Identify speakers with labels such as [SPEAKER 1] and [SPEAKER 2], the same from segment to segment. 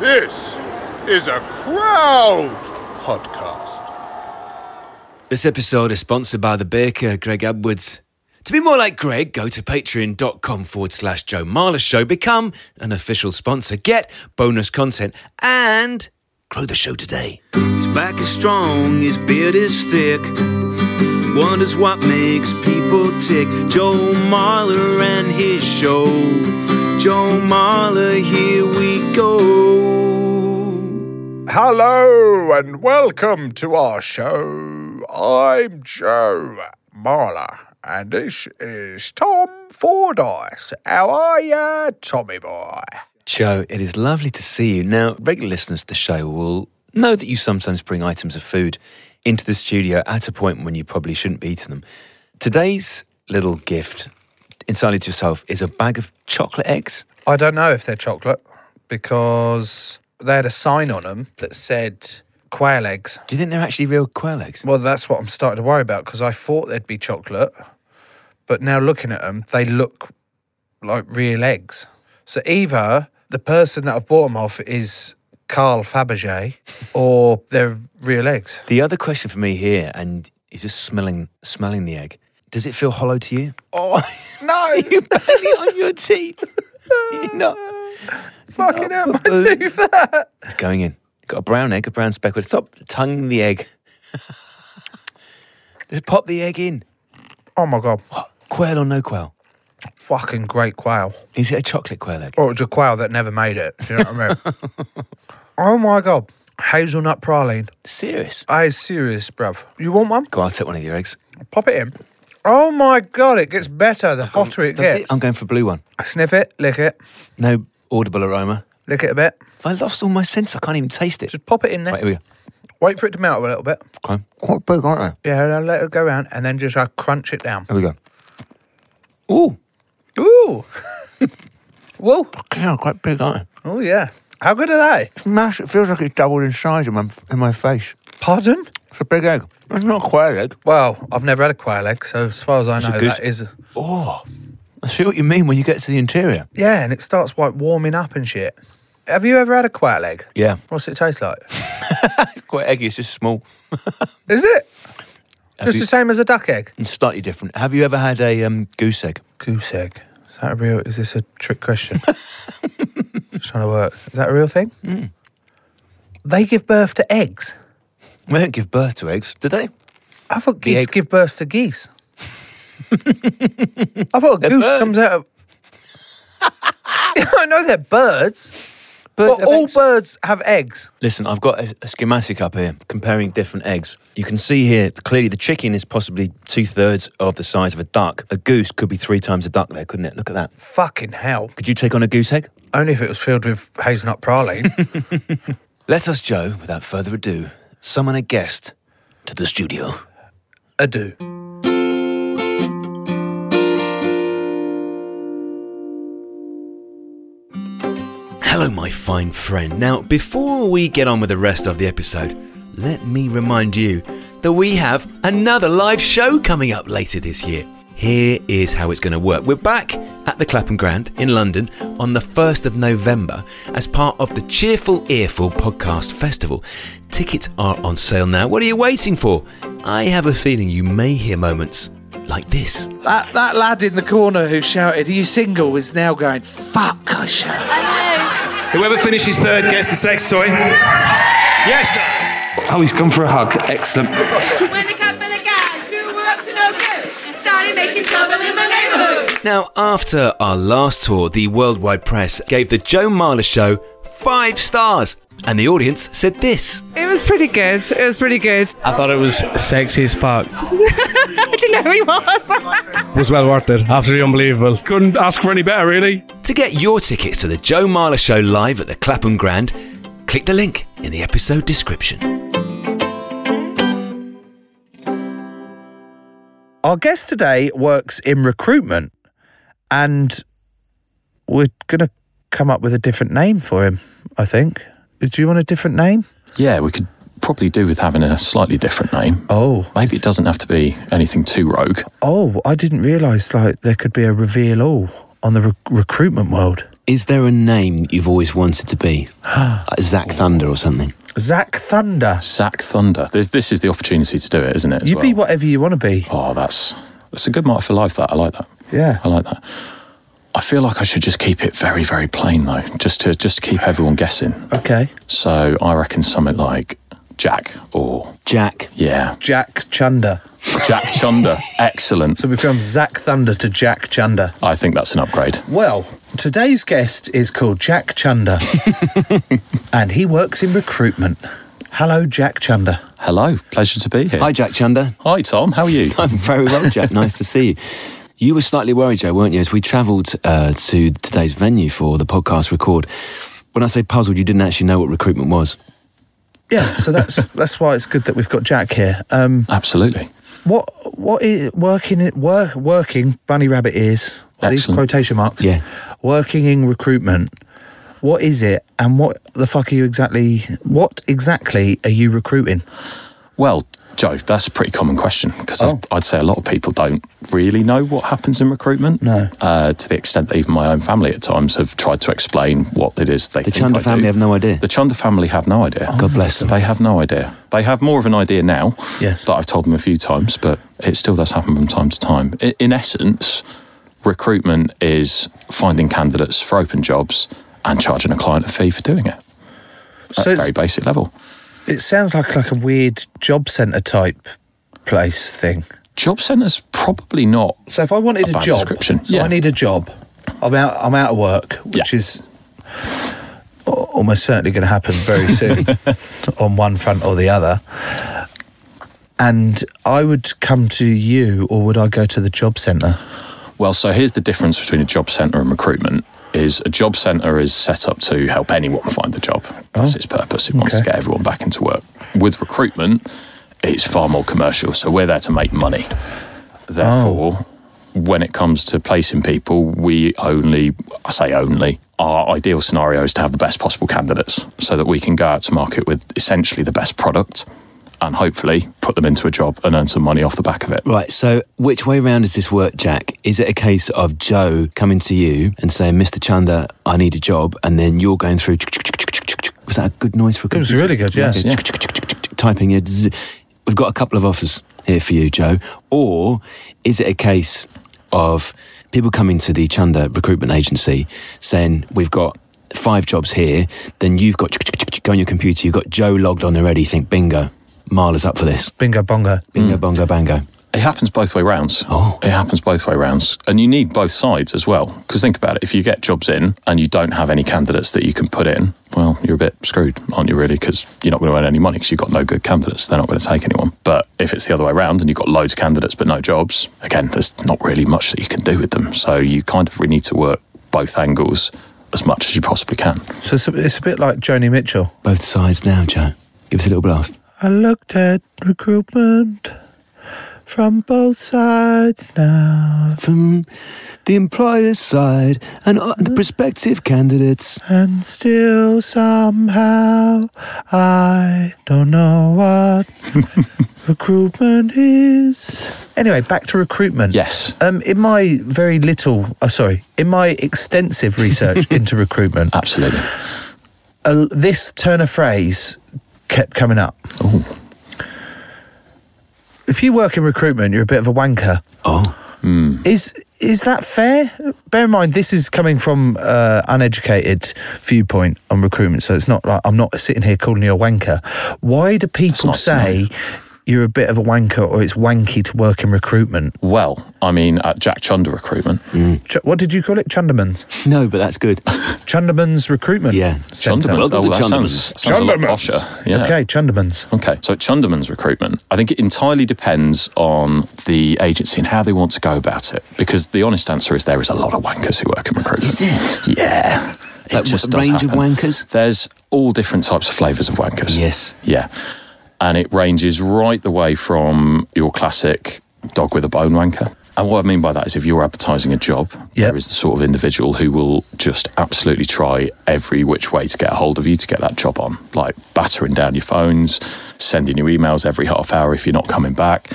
[SPEAKER 1] This is a crowd podcast.
[SPEAKER 2] This episode is sponsored by the baker, Greg Edwards. To be more like Greg, go to patreon.com forward slash Joe Marler Show, become an official sponsor, get bonus content, and grow the show today.
[SPEAKER 3] His back is strong, his beard is thick. Wonders what makes people tick. Joe Marler and his show. Joe Marler, here we go.
[SPEAKER 1] Hello and welcome to our show. I'm Joe Marler, and this is Tom Fordyce. How are ya, Tommy boy?
[SPEAKER 2] Joe, it is lovely to see you. Now, regular listeners to the show will know that you sometimes bring items of food into the studio at a point when you probably shouldn't be eating them. Today's little gift, entirely to yourself, is a bag of chocolate eggs.
[SPEAKER 4] I don't know if they're chocolate because they had a sign on them that said quail eggs.
[SPEAKER 2] Do you think they're actually real quail eggs?
[SPEAKER 4] Well, that's what I'm starting to worry about because I thought they'd be chocolate, but now looking at them, they look like real eggs. So either the person that I've bought them off is Carl Fabergé or they're real eggs.
[SPEAKER 2] The other question for me here, and you're just smelling smelling the egg. Does it feel hollow to you? Oh,
[SPEAKER 4] No,
[SPEAKER 2] you barely on your teeth. no,
[SPEAKER 4] fucking hell, my
[SPEAKER 2] Blue.
[SPEAKER 4] tooth hurt.
[SPEAKER 2] it's going in. Got a brown egg, a brown speckled. Stop tonguing the egg. just pop the egg in.
[SPEAKER 4] Oh my God,
[SPEAKER 2] What? Quail or no quail?
[SPEAKER 4] fucking great quail.
[SPEAKER 2] Is it a chocolate quail egg?
[SPEAKER 4] Or it was a quail that never made it. Do you know what I mean? oh my God, hazelnut praline.
[SPEAKER 2] Serious?
[SPEAKER 4] I is serious, bruv. You want one?
[SPEAKER 2] Go, on, I'll take one of your eggs.
[SPEAKER 4] Pop it in. Oh my god, it gets better the hotter it
[SPEAKER 2] Does
[SPEAKER 4] gets.
[SPEAKER 2] it? I'm going for a blue one.
[SPEAKER 4] Sniff it, lick it,
[SPEAKER 2] No audible aroma.
[SPEAKER 4] lick it a bit.
[SPEAKER 2] I lost all my sense. I can't even taste it.
[SPEAKER 4] Just pop it in there.
[SPEAKER 2] Right, here we go.
[SPEAKER 4] Wait for it to melt a little bit.
[SPEAKER 2] Climb. Quite big, aren't
[SPEAKER 4] Yeah, and then let it go around and then just like, crunch it down.
[SPEAKER 2] they? There we go. Ooh.
[SPEAKER 4] Ooh. Whoa.
[SPEAKER 2] Yeah, quite big, aren't they?
[SPEAKER 4] Oh yeah. How good are they?
[SPEAKER 2] It's massive. It feels like it's doubled in size in my, in my face.
[SPEAKER 4] Pardon?
[SPEAKER 2] It's a big egg. It's not quite egg.
[SPEAKER 4] Well, I've never had a quail egg, so as far as I
[SPEAKER 2] Is it
[SPEAKER 4] know,
[SPEAKER 2] good?
[SPEAKER 4] that is.
[SPEAKER 2] Oh, I see what you mean when you get to the interior.
[SPEAKER 4] Yeah, and it starts like warming up and shit. Have you ever had a quail egg?
[SPEAKER 2] Yeah.
[SPEAKER 4] What's it taste like?
[SPEAKER 2] It's quite eggy. It's just small
[SPEAKER 4] Is it?
[SPEAKER 2] Have
[SPEAKER 4] Just
[SPEAKER 2] you-
[SPEAKER 4] the same as a duck egg?
[SPEAKER 2] and slightly different. Have you ever had a um, goose egg?
[SPEAKER 4] Goose egg. Is that a real? Is this a trick question? Just trying to work. Is that a real thing?
[SPEAKER 2] Hmm.
[SPEAKER 4] They give birth to eggs.
[SPEAKER 2] They don't give birth to eggs, do they?
[SPEAKER 4] I thought geese
[SPEAKER 2] egg-
[SPEAKER 4] give birth to geese. I thought a goose
[SPEAKER 2] birds.
[SPEAKER 4] comes out of. I know they're birds,
[SPEAKER 2] Birds
[SPEAKER 4] but
[SPEAKER 2] have
[SPEAKER 4] all
[SPEAKER 2] eggs.
[SPEAKER 4] birds have eggs.
[SPEAKER 2] Listen, I've got a, a schematic up here comparing different eggs. You can see here clearly the chicken is possibly two thirds of the size of a duck. A goose could be three times a duck there, couldn't it? Look at that.
[SPEAKER 4] Fucking hell!
[SPEAKER 2] Could you take on a goose egg?
[SPEAKER 4] Only if it was filled with hazelnut praline.
[SPEAKER 2] Let us, Joe, without further ado, summon a guest to the studio.
[SPEAKER 4] Ado.
[SPEAKER 2] Hello, my fine friend. Now, before we get on with the rest of the episode, let me remind you that we have another live show coming up later this year. Here is how it's going to work. We're back at the Clapham Grand in London on the 1st of November as part of the Cheerful Earful Podcast Festival. Tickets are on sale now. What are you waiting for? I have a feeling you may hear moments like this.
[SPEAKER 5] That, that lad in the corner who shouted, Are you single? is now going, Fuck, I shouted.
[SPEAKER 6] Whoever finishes third gets the sex toy. Yes, sir.
[SPEAKER 7] Oh, he's gone for a hug. Excellent.
[SPEAKER 8] When a couple of guys who work to no good started making trouble in my neighborhood.
[SPEAKER 2] Now, after our last tour, the worldwide press gave the Joe Marler show five stars, and the audience said this.
[SPEAKER 8] It was pretty good. It was pretty good.
[SPEAKER 6] I thought it was sexy as fuck.
[SPEAKER 8] I didn't know who he was.
[SPEAKER 6] It was well worth it. Absolutely unbelievable. Couldn't ask for any better, really. To get your tickets to the Joe Marler Show live at the Clapham Grand, click the link in the episode description.
[SPEAKER 4] Our guest today works in recruitment, and we're going to come up with a different name for him, I think. Do you want a different name?
[SPEAKER 5] Yeah, we could probably do with having a slightly different name.
[SPEAKER 4] Oh.
[SPEAKER 5] Maybe it doesn't have to be anything too rogue.
[SPEAKER 4] Oh, I didn't realise like there could be a reveal all on the re- recruitment world.
[SPEAKER 2] Is there a name that you've always wanted to be? like Zack Thunder or something?
[SPEAKER 4] Zack Thunder.
[SPEAKER 5] Zack Thunder. This, this is the opportunity to do it, isn't it? as
[SPEAKER 4] You be
[SPEAKER 5] well?
[SPEAKER 4] whatever you want to be.
[SPEAKER 5] Oh, that's that's a good mark for life. That I like that.
[SPEAKER 4] Yeah.
[SPEAKER 5] I like that. I feel like I should just keep it very, very plain though, just to just to keep everyone guessing.
[SPEAKER 4] Okay.
[SPEAKER 5] So I reckon something like Jack or
[SPEAKER 2] Jack.
[SPEAKER 5] yeah,
[SPEAKER 4] Jack Chunder.
[SPEAKER 5] Jack Chunder. Excellent.
[SPEAKER 4] So we become Zack Thunder to Jack Chunder.
[SPEAKER 5] I think that's an upgrade.
[SPEAKER 4] Well, today's guest is called Jack Chunder, and he works in recruitment. Hello, Jack Chunder.
[SPEAKER 5] Hello, pleasure to be here.
[SPEAKER 2] Hi, Jack Chunder.
[SPEAKER 5] Hi, Tom. How are you?
[SPEAKER 2] I'm very well, Jack. Nice to see you. You were slightly worried, Joe, weren't you, as we travelled uh, to today's venue for the podcast record. When I say puzzled, you didn't actually know what recruitment was.
[SPEAKER 4] Yeah, so that's that's why it's good that we've got Jack here. Um,
[SPEAKER 5] Absolutely.
[SPEAKER 4] what what is working in- work working bunny rabbit ears? Are these
[SPEAKER 5] Excellent.
[SPEAKER 4] quotation marks?
[SPEAKER 2] Yeah.
[SPEAKER 4] Working in recruitment. What is it, and what the fuck are you exactly? What exactly are you recruiting?
[SPEAKER 5] Well, Joe, that's a pretty common question because
[SPEAKER 4] Oh.
[SPEAKER 5] I'd, I'd say a lot of people don't really know what happens in recruitment.
[SPEAKER 4] No.
[SPEAKER 5] Uh, to the extent that even my own family at times have tried to explain what it is they
[SPEAKER 2] The
[SPEAKER 5] think
[SPEAKER 2] Chunder
[SPEAKER 5] I
[SPEAKER 2] family
[SPEAKER 5] do.
[SPEAKER 2] have no idea. Oh,
[SPEAKER 5] The Chunder family have no idea.
[SPEAKER 2] God bless them.
[SPEAKER 5] They have no idea. They have more of an idea now
[SPEAKER 4] Yes.
[SPEAKER 5] that I've told them a few times, but it still does happen from time to time. I- In essence, recruitment is finding candidates for open jobs and charging a client a fee for doing it at
[SPEAKER 4] So
[SPEAKER 5] a
[SPEAKER 4] it's-
[SPEAKER 5] very basic level.
[SPEAKER 4] It sounds like like a weird job centre type place thing.
[SPEAKER 5] Job centre's probably not
[SPEAKER 4] So if I wanted
[SPEAKER 5] A
[SPEAKER 4] a,
[SPEAKER 5] bad
[SPEAKER 4] job,
[SPEAKER 5] description,
[SPEAKER 4] so
[SPEAKER 5] yeah.
[SPEAKER 4] I need a job. I'm out. I'm out of work, which
[SPEAKER 5] Yeah.
[SPEAKER 4] is a- almost certainly going to happen very soon on one front or the other. And I would come to you, or would I go to the job centre?
[SPEAKER 5] Well, so here's the difference between a job centre and recruitment. Is a job centre is set up to help anyone find a job. That's its purpose. It wants to
[SPEAKER 4] okay.
[SPEAKER 5] get everyone back into work. With recruitment, it's far more commercial. So we're there to make money. Therefore, when it comes to placing people, we only, I say only, our ideal scenario is to have the best possible candidates so that we can go out to market with essentially the best product and hopefully put them into a job and earn some money off the back of it.
[SPEAKER 2] Right, so which way round does this work, Jack? Is it a case of Joe coming to you and saying, Mr. Chunder, I need a job, and then you're going through. Was that a good noise for a
[SPEAKER 4] It was really good. Yes.
[SPEAKER 5] Yeah.
[SPEAKER 2] typing it. zzz. We've got a couple of offers here for you, Joe. Or is it a case of people coming to the Chunder recruitment agency saying, We've got five jobs here, then you've got go on your computer, you've got Joe logged on already, you think bingo, Marla's up for this.
[SPEAKER 4] Bingo bongo.
[SPEAKER 2] Bingo bongo bango.
[SPEAKER 5] It happens both way rounds.
[SPEAKER 2] Oh.
[SPEAKER 5] It happens both way rounds. And you need both sides as well. Because think about it if you get jobs in and you don't have any candidates that you can put in, well, you're a bit screwed, aren't you, really? Because you're not going to earn any money because you've got no good candidates. They're not going to take anyone. But if it's the other way around and you've got loads of candidates but no jobs, again, there's not really much that you can do with them. So you kind of really need to work both angles as much as you possibly can.
[SPEAKER 4] So it's a, it's a bit like Joni Mitchell.
[SPEAKER 2] Both sides now, Joe. Give us a little blast.
[SPEAKER 4] I looked at recruitment from both sides now,
[SPEAKER 2] From the employer's side and uh, the prospective candidates.
[SPEAKER 4] and still somehow I don't know what recruitment is. Anyway, back to recruitment.
[SPEAKER 5] Yes.
[SPEAKER 4] Um, in my very little, oh, sorry, in my extensive research into recruitment,
[SPEAKER 5] Absolutely.
[SPEAKER 4] uh, this turn of phrase kept coming up. If you work in recruitment, you're a bit of a wanker. Hmm.
[SPEAKER 2] Oh.
[SPEAKER 4] Is is that fair? Bear in mind, this is coming from uh, uneducated viewpoint on recruitment, so it's not like I'm not sitting here calling you a wanker. Why do people
[SPEAKER 5] not-
[SPEAKER 4] say you're a bit of a wanker or it's wanky to work in recruitment.
[SPEAKER 5] Well, I mean, at Jack Chunder recruitment.
[SPEAKER 4] Ch- what did you call it? Chunderman's?
[SPEAKER 2] No, but that's good.
[SPEAKER 4] Chunderman's recruitment.
[SPEAKER 2] Yeah.
[SPEAKER 4] Centre.
[SPEAKER 5] Chunderman's. Oh, that sounds, sounds a lot
[SPEAKER 4] Chunderman's.
[SPEAKER 5] posher. Yeah.
[SPEAKER 4] Okay, Chunderman's.
[SPEAKER 5] Okay, so Chunderman's recruitment, I think it entirely depends on the agency and how they want to go about it. Because the honest answer is there is a lot of wankers who work in recruitment. Is it? Yeah. It
[SPEAKER 2] Like,
[SPEAKER 5] just
[SPEAKER 2] what,
[SPEAKER 5] does
[SPEAKER 2] range of
[SPEAKER 5] happen.
[SPEAKER 2] wankers?
[SPEAKER 5] There's all different types of flavours of wankers.
[SPEAKER 2] Yes.
[SPEAKER 5] Yeah. And it ranges right the way from your classic dog with a bone wanker. And what I mean by that is if you're advertising a job, there is the sort of individual who will just absolutely try every which way to get a hold of you to get that job on, like battering down your phones, sending you emails every half hour if you're not coming back,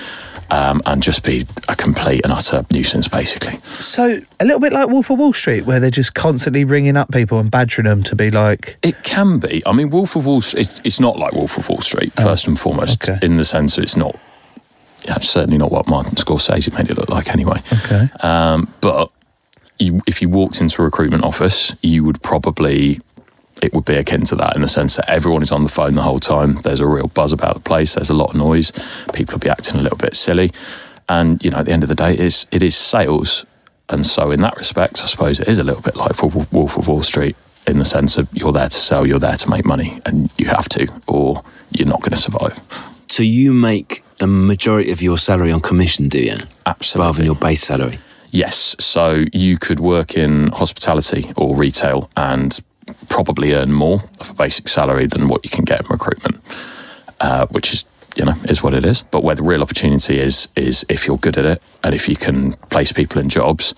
[SPEAKER 5] um, and just be a complete and utter nuisance, basically.
[SPEAKER 4] So a little bit like Wolf of Wall Street, where they're just constantly ringing up people and badgering them to be like,
[SPEAKER 5] It can be. I mean, Wolf of Wall Street. It's, it's not like Wolf of Wall Street, first and foremost, in the sense that it's not. yeah, certainly not what Martin Scorsese made it look like, anyway.
[SPEAKER 4] okay,
[SPEAKER 5] Um, but you, if you walked into a recruitment office, you would probably. It would be akin to that in the sense that everyone is on the phone the whole time. There's a real buzz about the place. There's a lot of noise. People will be acting a little bit silly, and you know, at the end of the day, it is it is sales, and so in that respect, I suppose it is a little bit like for Wolf Wolf of Wall Street in the sense of you're there to sell, you're there to make money, and you have to, or you're not going to survive.
[SPEAKER 2] So you make the majority of your salary on commission, do you?
[SPEAKER 5] Absolutely.
[SPEAKER 2] Rather than your base salary.
[SPEAKER 5] Yes. So you could work in hospitality or retail and probably earn more of a basic salary than what you can get in recruitment, uh, which is, you know, is what it is. But where the real opportunity is, is if you're good at it and if you can place people in jobs,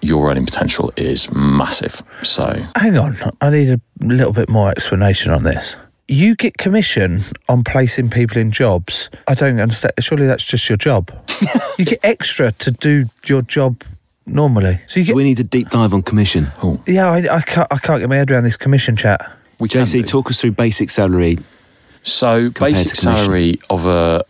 [SPEAKER 5] your earning potential is massive. So
[SPEAKER 4] "Hang on, I need a little bit more explanation on this." You get commission on placing people in jobs. I don't understand. Surely that's just your job. you get extra to do your job normally. So you get.
[SPEAKER 2] We need a deep dive on commission.
[SPEAKER 5] Oh.
[SPEAKER 4] Yeah, I, I can't. I can't get my head around this commission chat.
[SPEAKER 5] we can
[SPEAKER 2] JC,
[SPEAKER 5] do.
[SPEAKER 2] talk us through basic salary.
[SPEAKER 5] So
[SPEAKER 2] compared
[SPEAKER 5] basic
[SPEAKER 2] to commission.
[SPEAKER 5] salary of a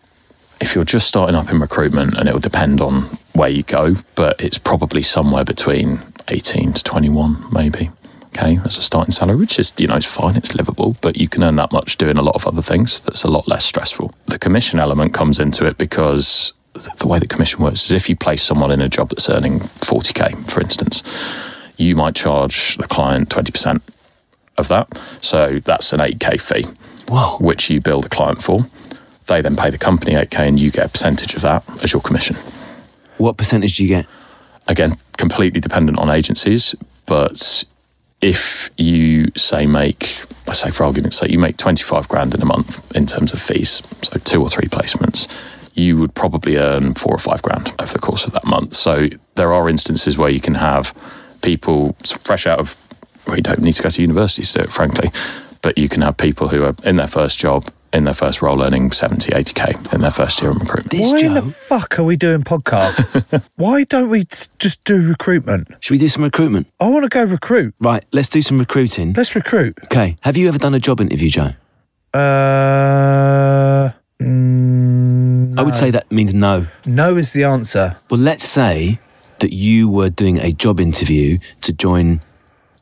[SPEAKER 5] if you're just starting up in recruitment, and it'll depend on where you go, but it's probably somewhere between eighteen to twenty one, maybe. Okay, that's a starting salary, which is you know it's fine, it's livable, but you can earn that much doing a lot of other things. That's a lot less stressful. The commission element comes into it because th- the way the commission works is if you place someone in a job that's earning forty k, for instance, you might charge the client twenty percent of that. So that's an 8K fee,
[SPEAKER 2] Whoa.
[SPEAKER 5] which you bill the client for. They then pay the company 8K and you get a percentage of that as your commission.
[SPEAKER 2] What percentage do you get?
[SPEAKER 5] Again, completely dependent on agencies, but if you say make, I say for argument's sake, you make 25 grand in a month in terms of fees, so two or three placements, you would probably earn four or five grand over the course of that month. So there are instances where you can have people fresh out of, well, you don't need to go to university to do it, frankly, but you can have people who are in their first job, in their first role, earning 70, 80K in their first year in recruitment.
[SPEAKER 4] Why in the fuck are we doing podcasts? Why don't we s- just do recruitment?
[SPEAKER 2] Should we do some recruitment?
[SPEAKER 4] I want to go recruit.
[SPEAKER 2] Right, let's do some recruiting.
[SPEAKER 4] Let's recruit.
[SPEAKER 2] Okay. Have you ever done a job interview, Joe?
[SPEAKER 4] Uh, mm,
[SPEAKER 2] I would say that means no.
[SPEAKER 4] no is the answer.
[SPEAKER 2] Well, let's say that you were doing a job interview to join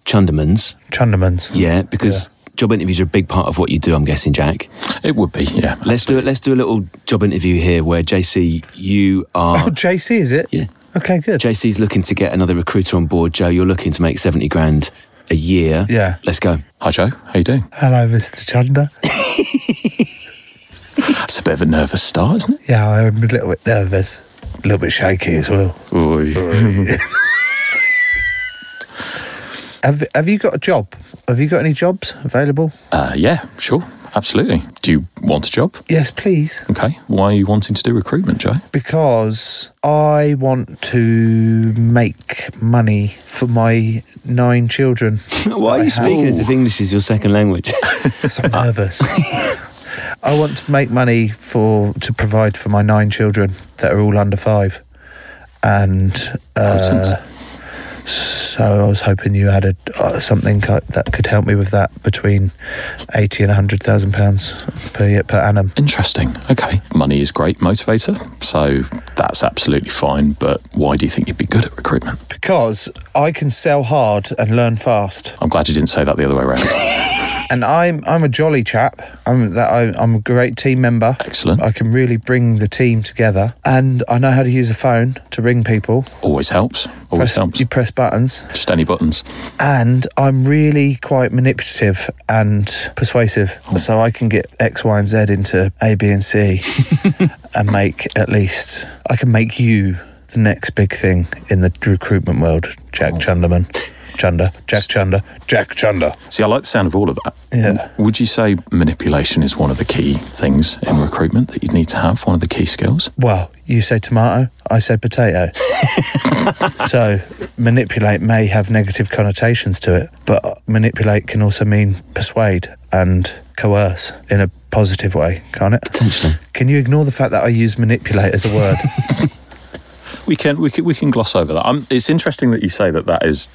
[SPEAKER 2] Chunderman's.
[SPEAKER 4] Chunderman's.
[SPEAKER 2] Yeah, because job interviews are a big part of what you do, I'm guessing, Jack.
[SPEAKER 5] It would be, yeah.
[SPEAKER 2] Let's do it. Let's do a little job interview here where JC, you
[SPEAKER 4] Oh,
[SPEAKER 2] are.
[SPEAKER 4] JC is it?
[SPEAKER 2] Yeah.
[SPEAKER 4] Okay, good.
[SPEAKER 2] JC's looking to get another recruiter on board. Joe, you're looking to make 70 grand a year.
[SPEAKER 4] yeah.
[SPEAKER 2] Let's go.
[SPEAKER 5] Hi, Joe. How you doing?
[SPEAKER 4] Hello, Mr. Chunder.
[SPEAKER 5] That's a bit of a nervous start, isn't it?
[SPEAKER 4] Yeah, I'm a little bit nervous. A little bit shaky as well. Have Have you got a job? Have you got any jobs available?
[SPEAKER 5] Uh, yeah, sure, absolutely. Do you want a job?
[SPEAKER 4] Yes, please.
[SPEAKER 5] Okay. Why are you wanting to do recruitment, Joe?
[SPEAKER 4] Because I want to make money for my nine children.
[SPEAKER 2] Why are you speaking as if English is your second language?
[SPEAKER 4] So I'm nervous. I want to make money for to provide for my nine children that are all under five, and uh, so I was hoping you had a, uh, something co- that could help me with that between eighty and hundred thousand pounds per year per annum.
[SPEAKER 5] Interesting. Okay. Money is great motivator, so that's absolutely fine. But why do you think you'd be good at recruitment?
[SPEAKER 4] Because I can sell hard and learn fast.
[SPEAKER 5] I'm glad you didn't say that the other way around.
[SPEAKER 4] and I'm I'm a jolly chap. I'm that I, I'm a great team member.
[SPEAKER 5] Excellent.
[SPEAKER 4] I can really bring the team together, and I know how to use a phone to ring people.
[SPEAKER 5] Always helps. Always
[SPEAKER 4] Press-
[SPEAKER 5] helps.
[SPEAKER 4] You press buttons,
[SPEAKER 5] Just any buttons.
[SPEAKER 4] and I'm really quite manipulative and persuasive. So I can get X, Y, and Z into A, B, and C, and make at least I can make you the next big thing in the recruitment world. Jack Chunderman, Chunder, Jack Chunder, Jack Chunder.
[SPEAKER 5] See, I like the sound of all of that.
[SPEAKER 4] Yeah.
[SPEAKER 5] Would you say manipulation is one of the key things in recruitment that you'd need to have? One of the key skills?
[SPEAKER 4] Well, you say tomato, I say potato. so manipulate may have negative connotations to it, but manipulate can also mean persuade and coerce in a positive way, can't it? Potentially. Can you ignore the fact that I use manipulate as a word?
[SPEAKER 5] We can we can, we can gloss over that. Um, it's interesting that you say that that is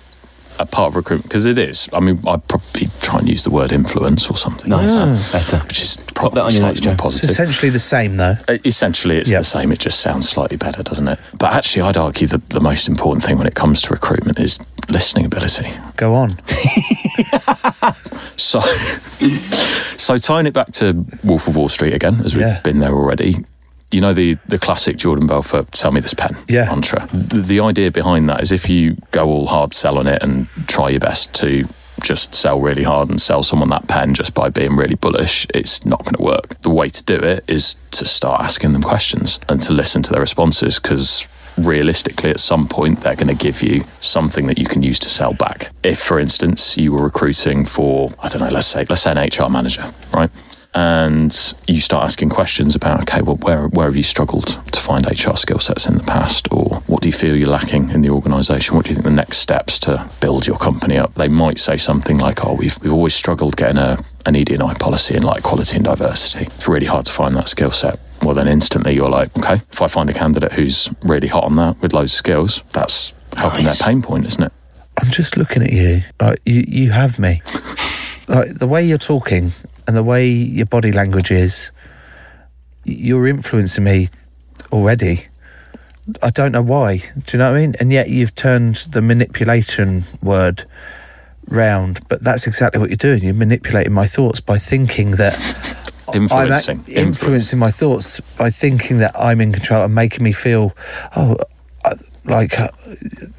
[SPEAKER 5] a part of recruitment because it is. I mean, I'd probably try and use the word influence or something.
[SPEAKER 4] Nice. Ah.
[SPEAKER 5] better. Which is probably
[SPEAKER 4] that on your
[SPEAKER 5] slightly
[SPEAKER 4] notes,
[SPEAKER 5] more
[SPEAKER 4] Joe.
[SPEAKER 5] positive.
[SPEAKER 4] It's essentially the same, though.
[SPEAKER 5] Uh, Essentially, it's the same. It just sounds slightly better, doesn't it? But actually, I'd argue that the most important thing when it comes to recruitment is listening ability.
[SPEAKER 4] Go on.
[SPEAKER 5] So, so tying it back to Wolf of Wall Street again, as we've been there already. You know the the classic Jordan Belfort "Sell me this pen"
[SPEAKER 4] Yeah.
[SPEAKER 5] mantra. The, the idea behind that is if you go all hard sell on it and try your best to just sell really hard and sell someone that pen just by being really bullish, it's not going to work. The way to do it is to start asking them questions and to listen to their responses because realistically at some point they're going to give you something that you can use to sell back if for instance you were recruiting for i don't know let's say let's say an hr manager right and you start asking questions about okay well where, where have you struggled to find hr skill sets in the past or what do you feel you're lacking in the organization what do you think the next steps to build your company up they might say something like oh we've, we've always struggled getting a an E ed&i policy in like quality and diversity it's really hard to find that skill set well then instantly you're like okay if i find a candidate who's really hot on that with loads of skills that's helping their pain point isn't it
[SPEAKER 4] I'm just looking at you. Like you, you have me. like the way you're talking and the way your body language is, y- you're influencing me already. I don't know why. Do you know what I mean? And yet you've turned the manipulation word round, but that's exactly what you're doing. You're manipulating my thoughts by thinking that
[SPEAKER 5] Influencing.
[SPEAKER 4] I'm act- influencing my thoughts by thinking that I'm in control and making me feel, oh, I- like, uh,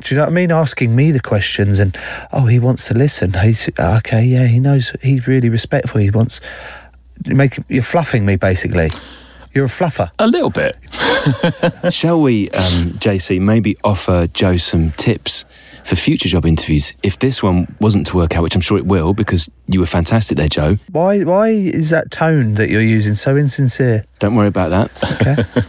[SPEAKER 4] do you know what I mean? Asking me the questions and, oh, he wants to listen. He's uh, okay, yeah, he knows. He's really respectful. He wants. you Make you're fluffing me basically. You're a fluffer.
[SPEAKER 5] A little bit.
[SPEAKER 2] Shall we, um, JC, maybe offer Joe some tips for future job interviews if this one wasn't to work out, which I'm sure it will because you were fantastic there, Joe.
[SPEAKER 4] Why? Why is that tone that you're using so insincere?
[SPEAKER 2] Don't worry about that.
[SPEAKER 4] Okay.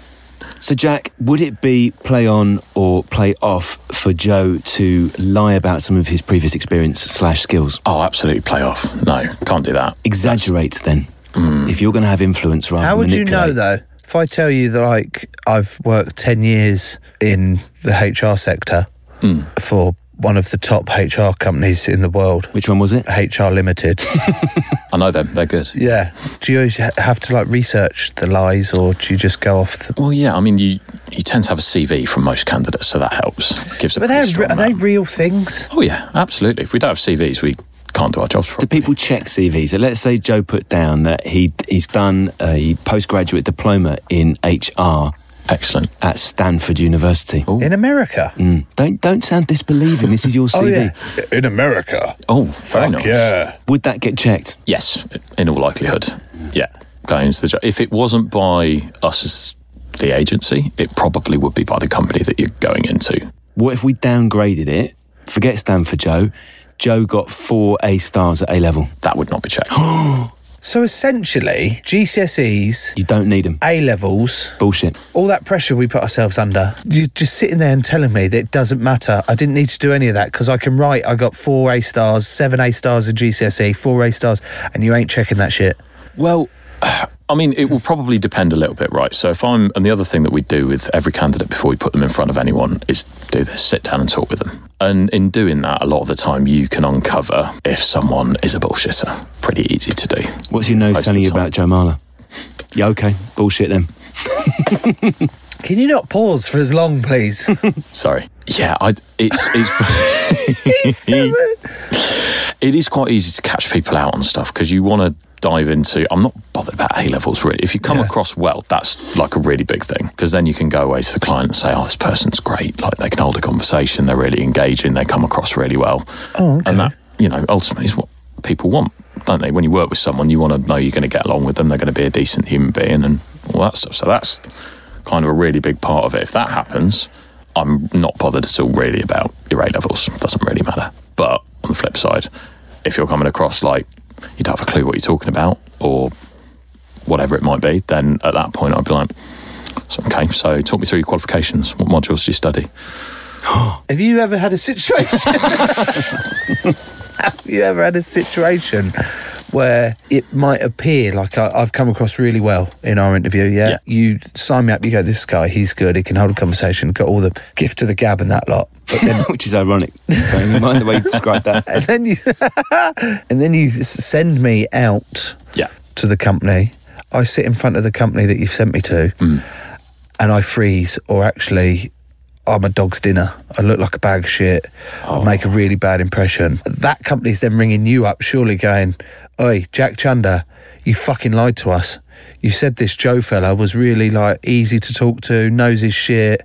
[SPEAKER 2] so, Jack, would it be play on or play off for Joe to lie about some of his previous experience slash skills?
[SPEAKER 5] Oh, absolutely play off. No, can't do that.
[SPEAKER 2] Exaggerate then. If you're going to have influence rather
[SPEAKER 4] How
[SPEAKER 2] than
[SPEAKER 4] would you know
[SPEAKER 2] manipulate.
[SPEAKER 4] though? If I tell you that like I've worked ten years in the HR sector Hmm. for one of the top HR companies in the world.
[SPEAKER 2] Which one was it?
[SPEAKER 4] HR Limited.
[SPEAKER 5] I know them. They're good.
[SPEAKER 4] yeah. Do you ha- have to like research the lies, or do you just go off? The-
[SPEAKER 5] Well, yeah. I mean, you you tend to have a CV from most candidates, so that helps. Gives a
[SPEAKER 4] but
[SPEAKER 5] pretty
[SPEAKER 4] they're,
[SPEAKER 5] strong
[SPEAKER 4] are they real things?
[SPEAKER 5] Oh yeah, absolutely. If we don't have CVs, we can't do our jobs.
[SPEAKER 2] Do people check CVs? So let's say Joe put down that he he's done a postgraduate diploma in HR.
[SPEAKER 5] Excellent.
[SPEAKER 2] At Stanford University.
[SPEAKER 4] In America.
[SPEAKER 2] Mm. Don't don't sound disbelieving. This is your CV.
[SPEAKER 4] Oh, yeah. In America.
[SPEAKER 5] Oh, very nice.
[SPEAKER 2] Would that get checked?
[SPEAKER 5] Yes, in all likelihood. Yeah, going into the job. If it wasn't by us as the agency, it probably would be by the company that you're going into.
[SPEAKER 2] What if we downgraded it? Forget Stanford, Joe. Joe got four A stars at A level.
[SPEAKER 5] That would not be checked.
[SPEAKER 4] So essentially, GCSEs,
[SPEAKER 2] you don't need them.
[SPEAKER 4] A levels,
[SPEAKER 2] Bullshit.
[SPEAKER 4] all that pressure we put ourselves under. You're just sitting there and telling me that it doesn't matter. I didn't need to do any of that because I can write. I got four A stars, seven A stars at GCSE, E, four A stars, and you ain't checking that shit.
[SPEAKER 5] Well, I mean, it will probably depend a little bit, right? So if I'm, and the other thing that we do with every candidate before we put them in front of anyone is do this, sit down and talk with them. And in doing that, a lot of the time you can uncover if someone is a bullshitter. Pretty easy to do.
[SPEAKER 2] What's your nose
[SPEAKER 5] Most
[SPEAKER 2] telling
[SPEAKER 5] of
[SPEAKER 2] you
[SPEAKER 5] the time.
[SPEAKER 2] about Joe Marler? Yeah, okay. Bullshit then.
[SPEAKER 4] Can you not pause for as long, please?
[SPEAKER 5] Sorry. Yeah, I, it's, it's,
[SPEAKER 4] He doesn't-
[SPEAKER 5] it is quite easy to catch people out on stuff because you want to dive into. I'm not bothered about A levels really. If you come across well, that's like a really big thing because then you can go away to the client and say, "Oh, this person's great. Like they can hold a conversation. They're really engaging. They come across really well."
[SPEAKER 9] Oh, okay.
[SPEAKER 5] And that, you know, ultimately is what people want, don't they? When you work with someone, you want to know you're going to get along with them, they're going to be a decent human being, and all that stuff. So that's kind of a really big part of it. If that happens, I'm not bothered at all really about your A levels. Doesn't really matter. But on the flip side, if you're coming across like you don't have a clue what you're talking about or whatever it might be, then at that point I'd be like, so, okay, so talk me through your qualifications. What modules do you study?
[SPEAKER 4] Have you ever had a situation? have you ever had a situation where it might appear like I, I've come across really well in our interview? Yeah? you sign me up. You go, this guy, he's good. He can hold a conversation. Got all the gift of the gab and that lot. But then,
[SPEAKER 2] which is ironic. Bearing in mind the way you described that.
[SPEAKER 4] and then you, and then you s- send me out.
[SPEAKER 5] Yeah.
[SPEAKER 4] To the company, I sit in front of the company that you've sent me to, and I freeze, or actually I'm a dog's dinner. I look like a bag of shit. I make a really bad impression. That company's then ringing you up, surely going, Oi, Jack Chunder, you fucking lied to us. You said this Joe fella was really like easy to talk to, knows his shit.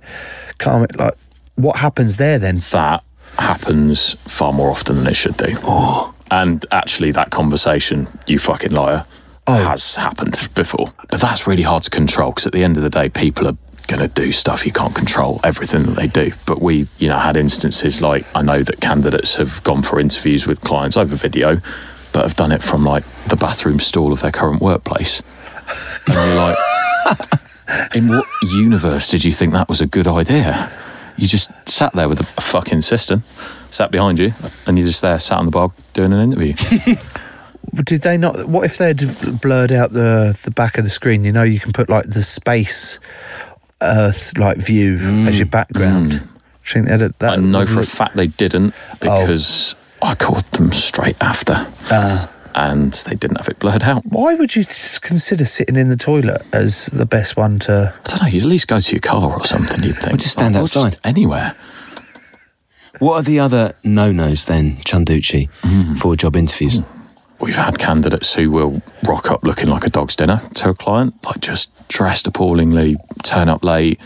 [SPEAKER 4] Calm it. Like, what happens there then?
[SPEAKER 5] That happens far more often than it should do. Oh. And actually, that conversation, you fucking liar, has happened before. Oh. But that's really hard to control because at the end of the day, people are going to do stuff you can't control everything that they do but we you know had instances like i know that candidates have gone for interviews with clients over video but have done it from like the bathroom stall of their current workplace and you're like in what universe did you think that was a good idea? You just sat there with a, a fucking cistern, sat behind you, and you're just there, sat on the bog doing an interview.
[SPEAKER 4] Did they not? What if they'd blurred out the the back of the screen? You know, you can put like the space Earth like view as your background. Do you think they had that?
[SPEAKER 5] Mm. I know for a fact they didn't
[SPEAKER 2] Oh.
[SPEAKER 5] because I called them straight after,
[SPEAKER 2] Ah.
[SPEAKER 5] and they didn't have it blurred out.
[SPEAKER 4] Why would you s- consider sitting in the toilet as the best one to?
[SPEAKER 5] I don't know. You'd at least go to your car or something. You'd think.
[SPEAKER 2] Or just stand
[SPEAKER 5] Like, or just
[SPEAKER 2] outside.
[SPEAKER 5] anywhere.
[SPEAKER 2] What are the other no-nos then, Chanducci,
[SPEAKER 4] Mm.
[SPEAKER 2] for job interviews?
[SPEAKER 5] We've had candidates who will rock up looking like a dog's dinner to a client, like just dressed appallingly, turn up late.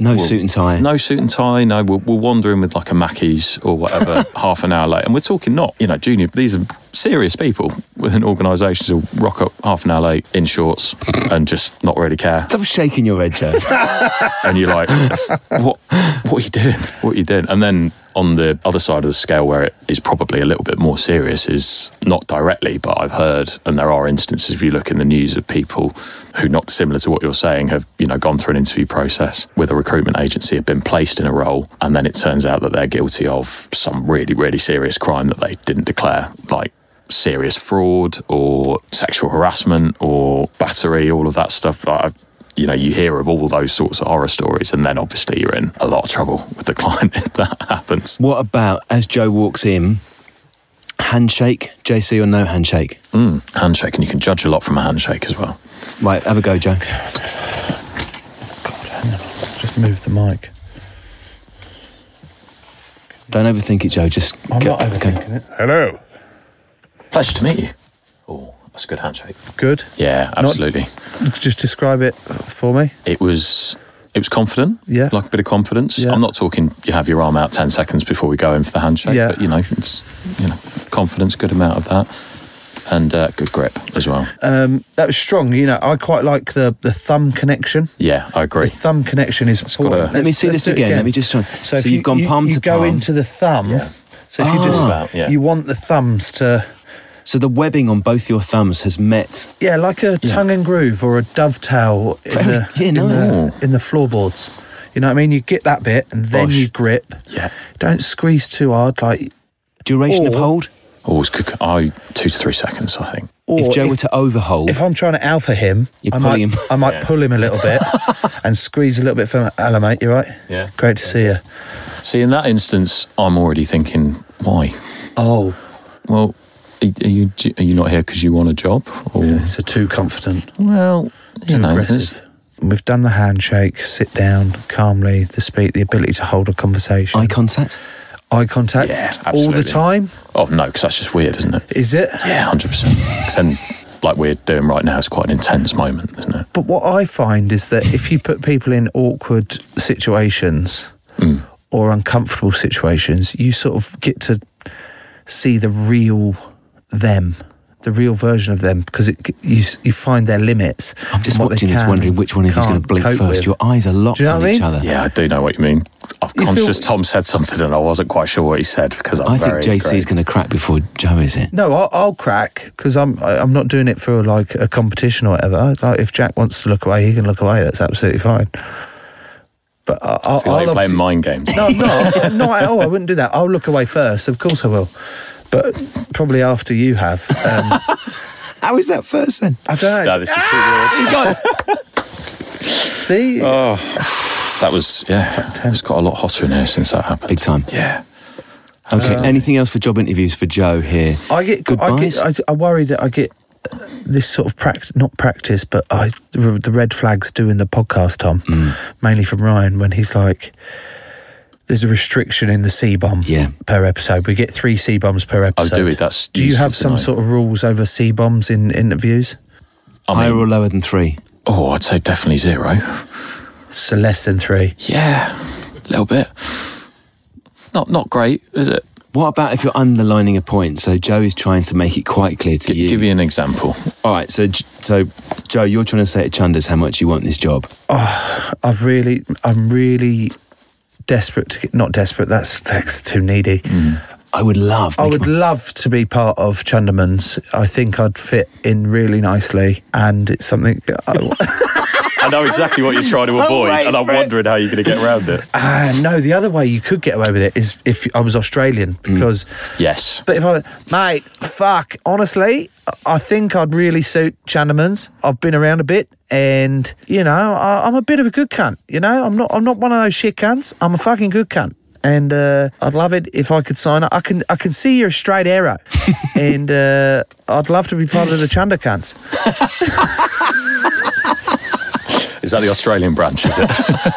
[SPEAKER 2] No suit and tie.
[SPEAKER 5] No suit and tie. No, we'll, we'll wander in with like a Mackey's or whatever half an hour late. And we're talking not, you know, junior, these are serious people within organisations who rock up half an hour late in shorts and just not really care.
[SPEAKER 2] Stop shaking your head, Joe.
[SPEAKER 5] and you're like, what, what are you doing? What are you doing? And then on the other side of the scale, where it is probably a little bit more serious, is not directly, but I've heard, and there are instances if you look in the news of people who, not similar to what you're saying, have you know gone through an interview process with a recruitment agency, have been placed in a role, and then it turns out that they're guilty of some really, really serious crime that they didn't declare, like serious fraud or sexual harassment or battery, all of that stuff. I, you know, you hear of all those sorts of horror stories, and then obviously you're in a lot of trouble with the client if that happens.
[SPEAKER 2] What about as Joe walks in? Handshake, JC or no handshake?
[SPEAKER 5] Mm, handshake, and you can judge a lot from a handshake as well.
[SPEAKER 2] Right, have a go, Joe.
[SPEAKER 4] Just move the mic.
[SPEAKER 2] Don't overthink it, Joe. Just
[SPEAKER 4] I'm
[SPEAKER 2] get
[SPEAKER 4] not overthinking it.
[SPEAKER 5] Hello. Pleasure to meet you. Oh, that's a good handshake.
[SPEAKER 4] Good.
[SPEAKER 5] Yeah,
[SPEAKER 4] Not-
[SPEAKER 5] absolutely.
[SPEAKER 4] Just describe it for me.
[SPEAKER 5] It was it was confident.
[SPEAKER 4] Yeah.
[SPEAKER 5] Like a bit of confidence.
[SPEAKER 4] Yeah.
[SPEAKER 5] I'm not talking you have your arm out ten seconds before we go in for the handshake.
[SPEAKER 4] Yeah.
[SPEAKER 5] But you know, it's you know, confidence, good amount of that. And uh, good grip as well.
[SPEAKER 4] Um, that was strong. You know, I quite like the the thumb connection.
[SPEAKER 5] Yeah, I agree.
[SPEAKER 4] The thumb connection is important.
[SPEAKER 5] got a-
[SPEAKER 2] Let me see this
[SPEAKER 4] do it
[SPEAKER 2] again. Let me just try.
[SPEAKER 4] So, if
[SPEAKER 2] you've
[SPEAKER 4] you,
[SPEAKER 2] gone
[SPEAKER 4] you-
[SPEAKER 2] palm
[SPEAKER 4] you
[SPEAKER 2] to
[SPEAKER 4] go
[SPEAKER 2] palm.
[SPEAKER 4] into the thumb. So if you just
[SPEAKER 2] Ah. Yeah.
[SPEAKER 4] you want the thumbs to
[SPEAKER 2] so the webbing on both your thumbs has met.
[SPEAKER 4] yeah, like a tongue and groove or a dovetail in,
[SPEAKER 2] Very-
[SPEAKER 4] the,
[SPEAKER 2] yeah,
[SPEAKER 4] in,
[SPEAKER 2] nice.
[SPEAKER 4] the, in the floorboards. You know what I mean? You get that bit and then
[SPEAKER 5] Gosh.
[SPEAKER 4] you grip.
[SPEAKER 5] Yeah.
[SPEAKER 4] Don't squeeze too hard. Like
[SPEAKER 2] Duration of
[SPEAKER 4] Or-
[SPEAKER 2] hold?
[SPEAKER 5] Always good. I two to three seconds, I think.
[SPEAKER 2] if
[SPEAKER 4] or
[SPEAKER 2] Joe
[SPEAKER 4] if-
[SPEAKER 2] were to overhold,
[SPEAKER 4] if I'm trying to alpha him,
[SPEAKER 2] You
[SPEAKER 4] I
[SPEAKER 2] pull
[SPEAKER 4] might,
[SPEAKER 2] him.
[SPEAKER 4] I might
[SPEAKER 5] Yeah.
[SPEAKER 4] pull him a little bit and squeeze a little bit from Hello, mate. You right?
[SPEAKER 5] Yeah.
[SPEAKER 4] Great to see you.
[SPEAKER 5] See, in that instance, I'm already thinking, why?
[SPEAKER 4] Oh,
[SPEAKER 5] Well, are are you are you not here because you want a job? Or
[SPEAKER 4] so too confident,
[SPEAKER 5] well,
[SPEAKER 4] too
[SPEAKER 5] you know, there's-
[SPEAKER 4] aggressive. We've done the handshake, sit down calmly, the speak, the ability to hold a conversation,
[SPEAKER 2] eye contact?
[SPEAKER 4] eye contact all the
[SPEAKER 5] absolutely.
[SPEAKER 4] time?
[SPEAKER 5] Oh no, because that's just weird, isn't it?
[SPEAKER 4] Is it?
[SPEAKER 5] Yeah, hundred percent. Because then, like we're doing right now, it's quite an intense moment, isn't it?
[SPEAKER 4] But what I find is that if you put people in awkward situations
[SPEAKER 2] Mm.
[SPEAKER 4] or uncomfortable situations, you sort of get to see the real them, the real version of them, because it, you you find their limits.
[SPEAKER 2] I'm just
[SPEAKER 4] and what they
[SPEAKER 2] watching this,
[SPEAKER 4] can
[SPEAKER 2] wondering
[SPEAKER 4] and
[SPEAKER 2] which one of you's going
[SPEAKER 4] can't
[SPEAKER 2] to blink
[SPEAKER 4] cope
[SPEAKER 2] first.
[SPEAKER 4] with.
[SPEAKER 2] Your eyes are locked
[SPEAKER 4] Do you know
[SPEAKER 2] on
[SPEAKER 4] what I
[SPEAKER 2] each
[SPEAKER 4] mean?
[SPEAKER 2] other.
[SPEAKER 5] Yeah, I do know what you mean. I'm
[SPEAKER 4] You feel-
[SPEAKER 5] conscious Tom said something and I wasn't quite sure what he said because I'm
[SPEAKER 2] I think
[SPEAKER 5] very.
[SPEAKER 2] JC is going to crack before Joe, is it?
[SPEAKER 4] No, I'll, I'll crack because I'm I- I'm not doing it for like a competition or whatever. Like if Jack wants to look away, he can look away. That's absolutely fine. But I, I'll,
[SPEAKER 5] I feel
[SPEAKER 4] I'll
[SPEAKER 5] like you're
[SPEAKER 4] obviously-
[SPEAKER 5] playing mind games.
[SPEAKER 4] No, I'm not. not at all. I wouldn't do that. I'll look away first. Of course I will. But probably after you have. Um,
[SPEAKER 2] How is that first then?
[SPEAKER 4] I don't know.
[SPEAKER 5] No, this is too weird.
[SPEAKER 4] See?
[SPEAKER 5] Oh, that was yeah. It's got a lot hotter in here since that happened.
[SPEAKER 2] Big time.
[SPEAKER 5] Yeah.
[SPEAKER 2] Okay. Anything else for job interviews for Joe here?
[SPEAKER 4] I get, I,
[SPEAKER 2] Goodbyes?
[SPEAKER 4] get I, I worry that I get uh, this sort of practice, not practice, but I, the red flags doing the podcast, Tom,
[SPEAKER 5] Mm.
[SPEAKER 4] mainly from Ryan, when he's like, there's a restriction in the C bomb
[SPEAKER 2] Yeah.
[SPEAKER 4] per episode. We get three C bombs per
[SPEAKER 5] Oh,
[SPEAKER 4] episode.
[SPEAKER 5] do we? That's.
[SPEAKER 4] Do you
[SPEAKER 5] useful
[SPEAKER 4] have
[SPEAKER 5] to
[SPEAKER 4] some
[SPEAKER 5] know.
[SPEAKER 4] sort of rules over C bombs in interviews?
[SPEAKER 5] I
[SPEAKER 2] Higher
[SPEAKER 5] mean,
[SPEAKER 2] or lower than three?
[SPEAKER 5] oh, I'd say definitely zero.
[SPEAKER 4] So less than three.
[SPEAKER 5] Yeah, a little bit. Not not great, is it?
[SPEAKER 2] What about if you're underlining a point? So Joe is trying to make it quite clear to you.
[SPEAKER 5] Give me an example.
[SPEAKER 2] All right. So, J- so Joe, you're trying to say to Chunders how much you want this job.
[SPEAKER 4] I've really, I'm really desperate to get, not desperate, that's, that's too needy.
[SPEAKER 2] I would love.
[SPEAKER 4] I
[SPEAKER 2] make
[SPEAKER 4] would
[SPEAKER 2] him-
[SPEAKER 4] love to be part of Chunderman's. I think I'd fit in really nicely, and it's something. uh, I-
[SPEAKER 5] I know exactly what you're trying to avoid, and I'm wondering how you're going to get around it.
[SPEAKER 4] Ah, no, the other way you could get away with it is if I was Australian, because.
[SPEAKER 5] Yes.
[SPEAKER 4] But if I, mate, fuck, honestly, I- I think I'd really suit Chunderman's. I've been around a bit, and you know, I, I'm a bit of a good cunt. You know, I'm not, I'm not one of those shit cunts. I'm a fucking good cunt. And uh, I'd love it if I could sign up. I can, I can see you're a straight arrow, and uh, I'd love to be part of the Chunder cunts.
[SPEAKER 5] Is that the Australian branch, is it?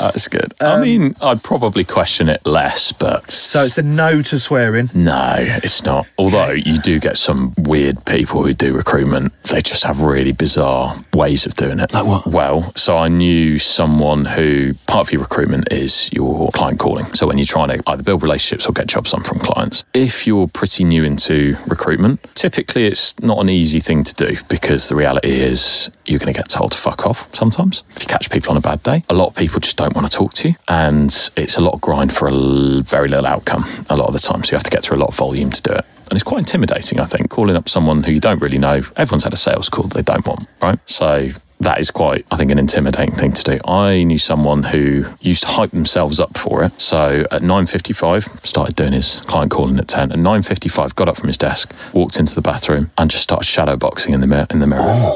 [SPEAKER 5] Um, That's good. I mean, I'd probably question it less, but.
[SPEAKER 4] So it's a no to swearing.
[SPEAKER 5] No, it's not. Although you do get some weird people who do recruitment, they just have really bizarre ways of doing it.
[SPEAKER 2] Like what?
[SPEAKER 5] Well, so I knew someone who part of your recruitment is your client calling. So when you're trying to either build relationships or get jobs on from clients, if you're pretty new into recruitment, typically it's not an easy thing to do because the reality is you're going to get told to fuck off sometimes. If you catch people on a bad day, a lot of people just don't want to talk to you, and it's a lot of grind for a l- very little outcome a lot of the time. So you have to get through a lot of volume to do it. And it's quite intimidating, I think, calling up someone who you don't really know. Everyone's had a sales call they don't want, right? So that is quite, I think, an intimidating thing to do. I knew someone who used to hype themselves up for it. So at 9.55, started doing his client calling at 10. At 9.55, got up from his desk, walked into the bathroom and just started shadow boxing in the, mir- in the mirror.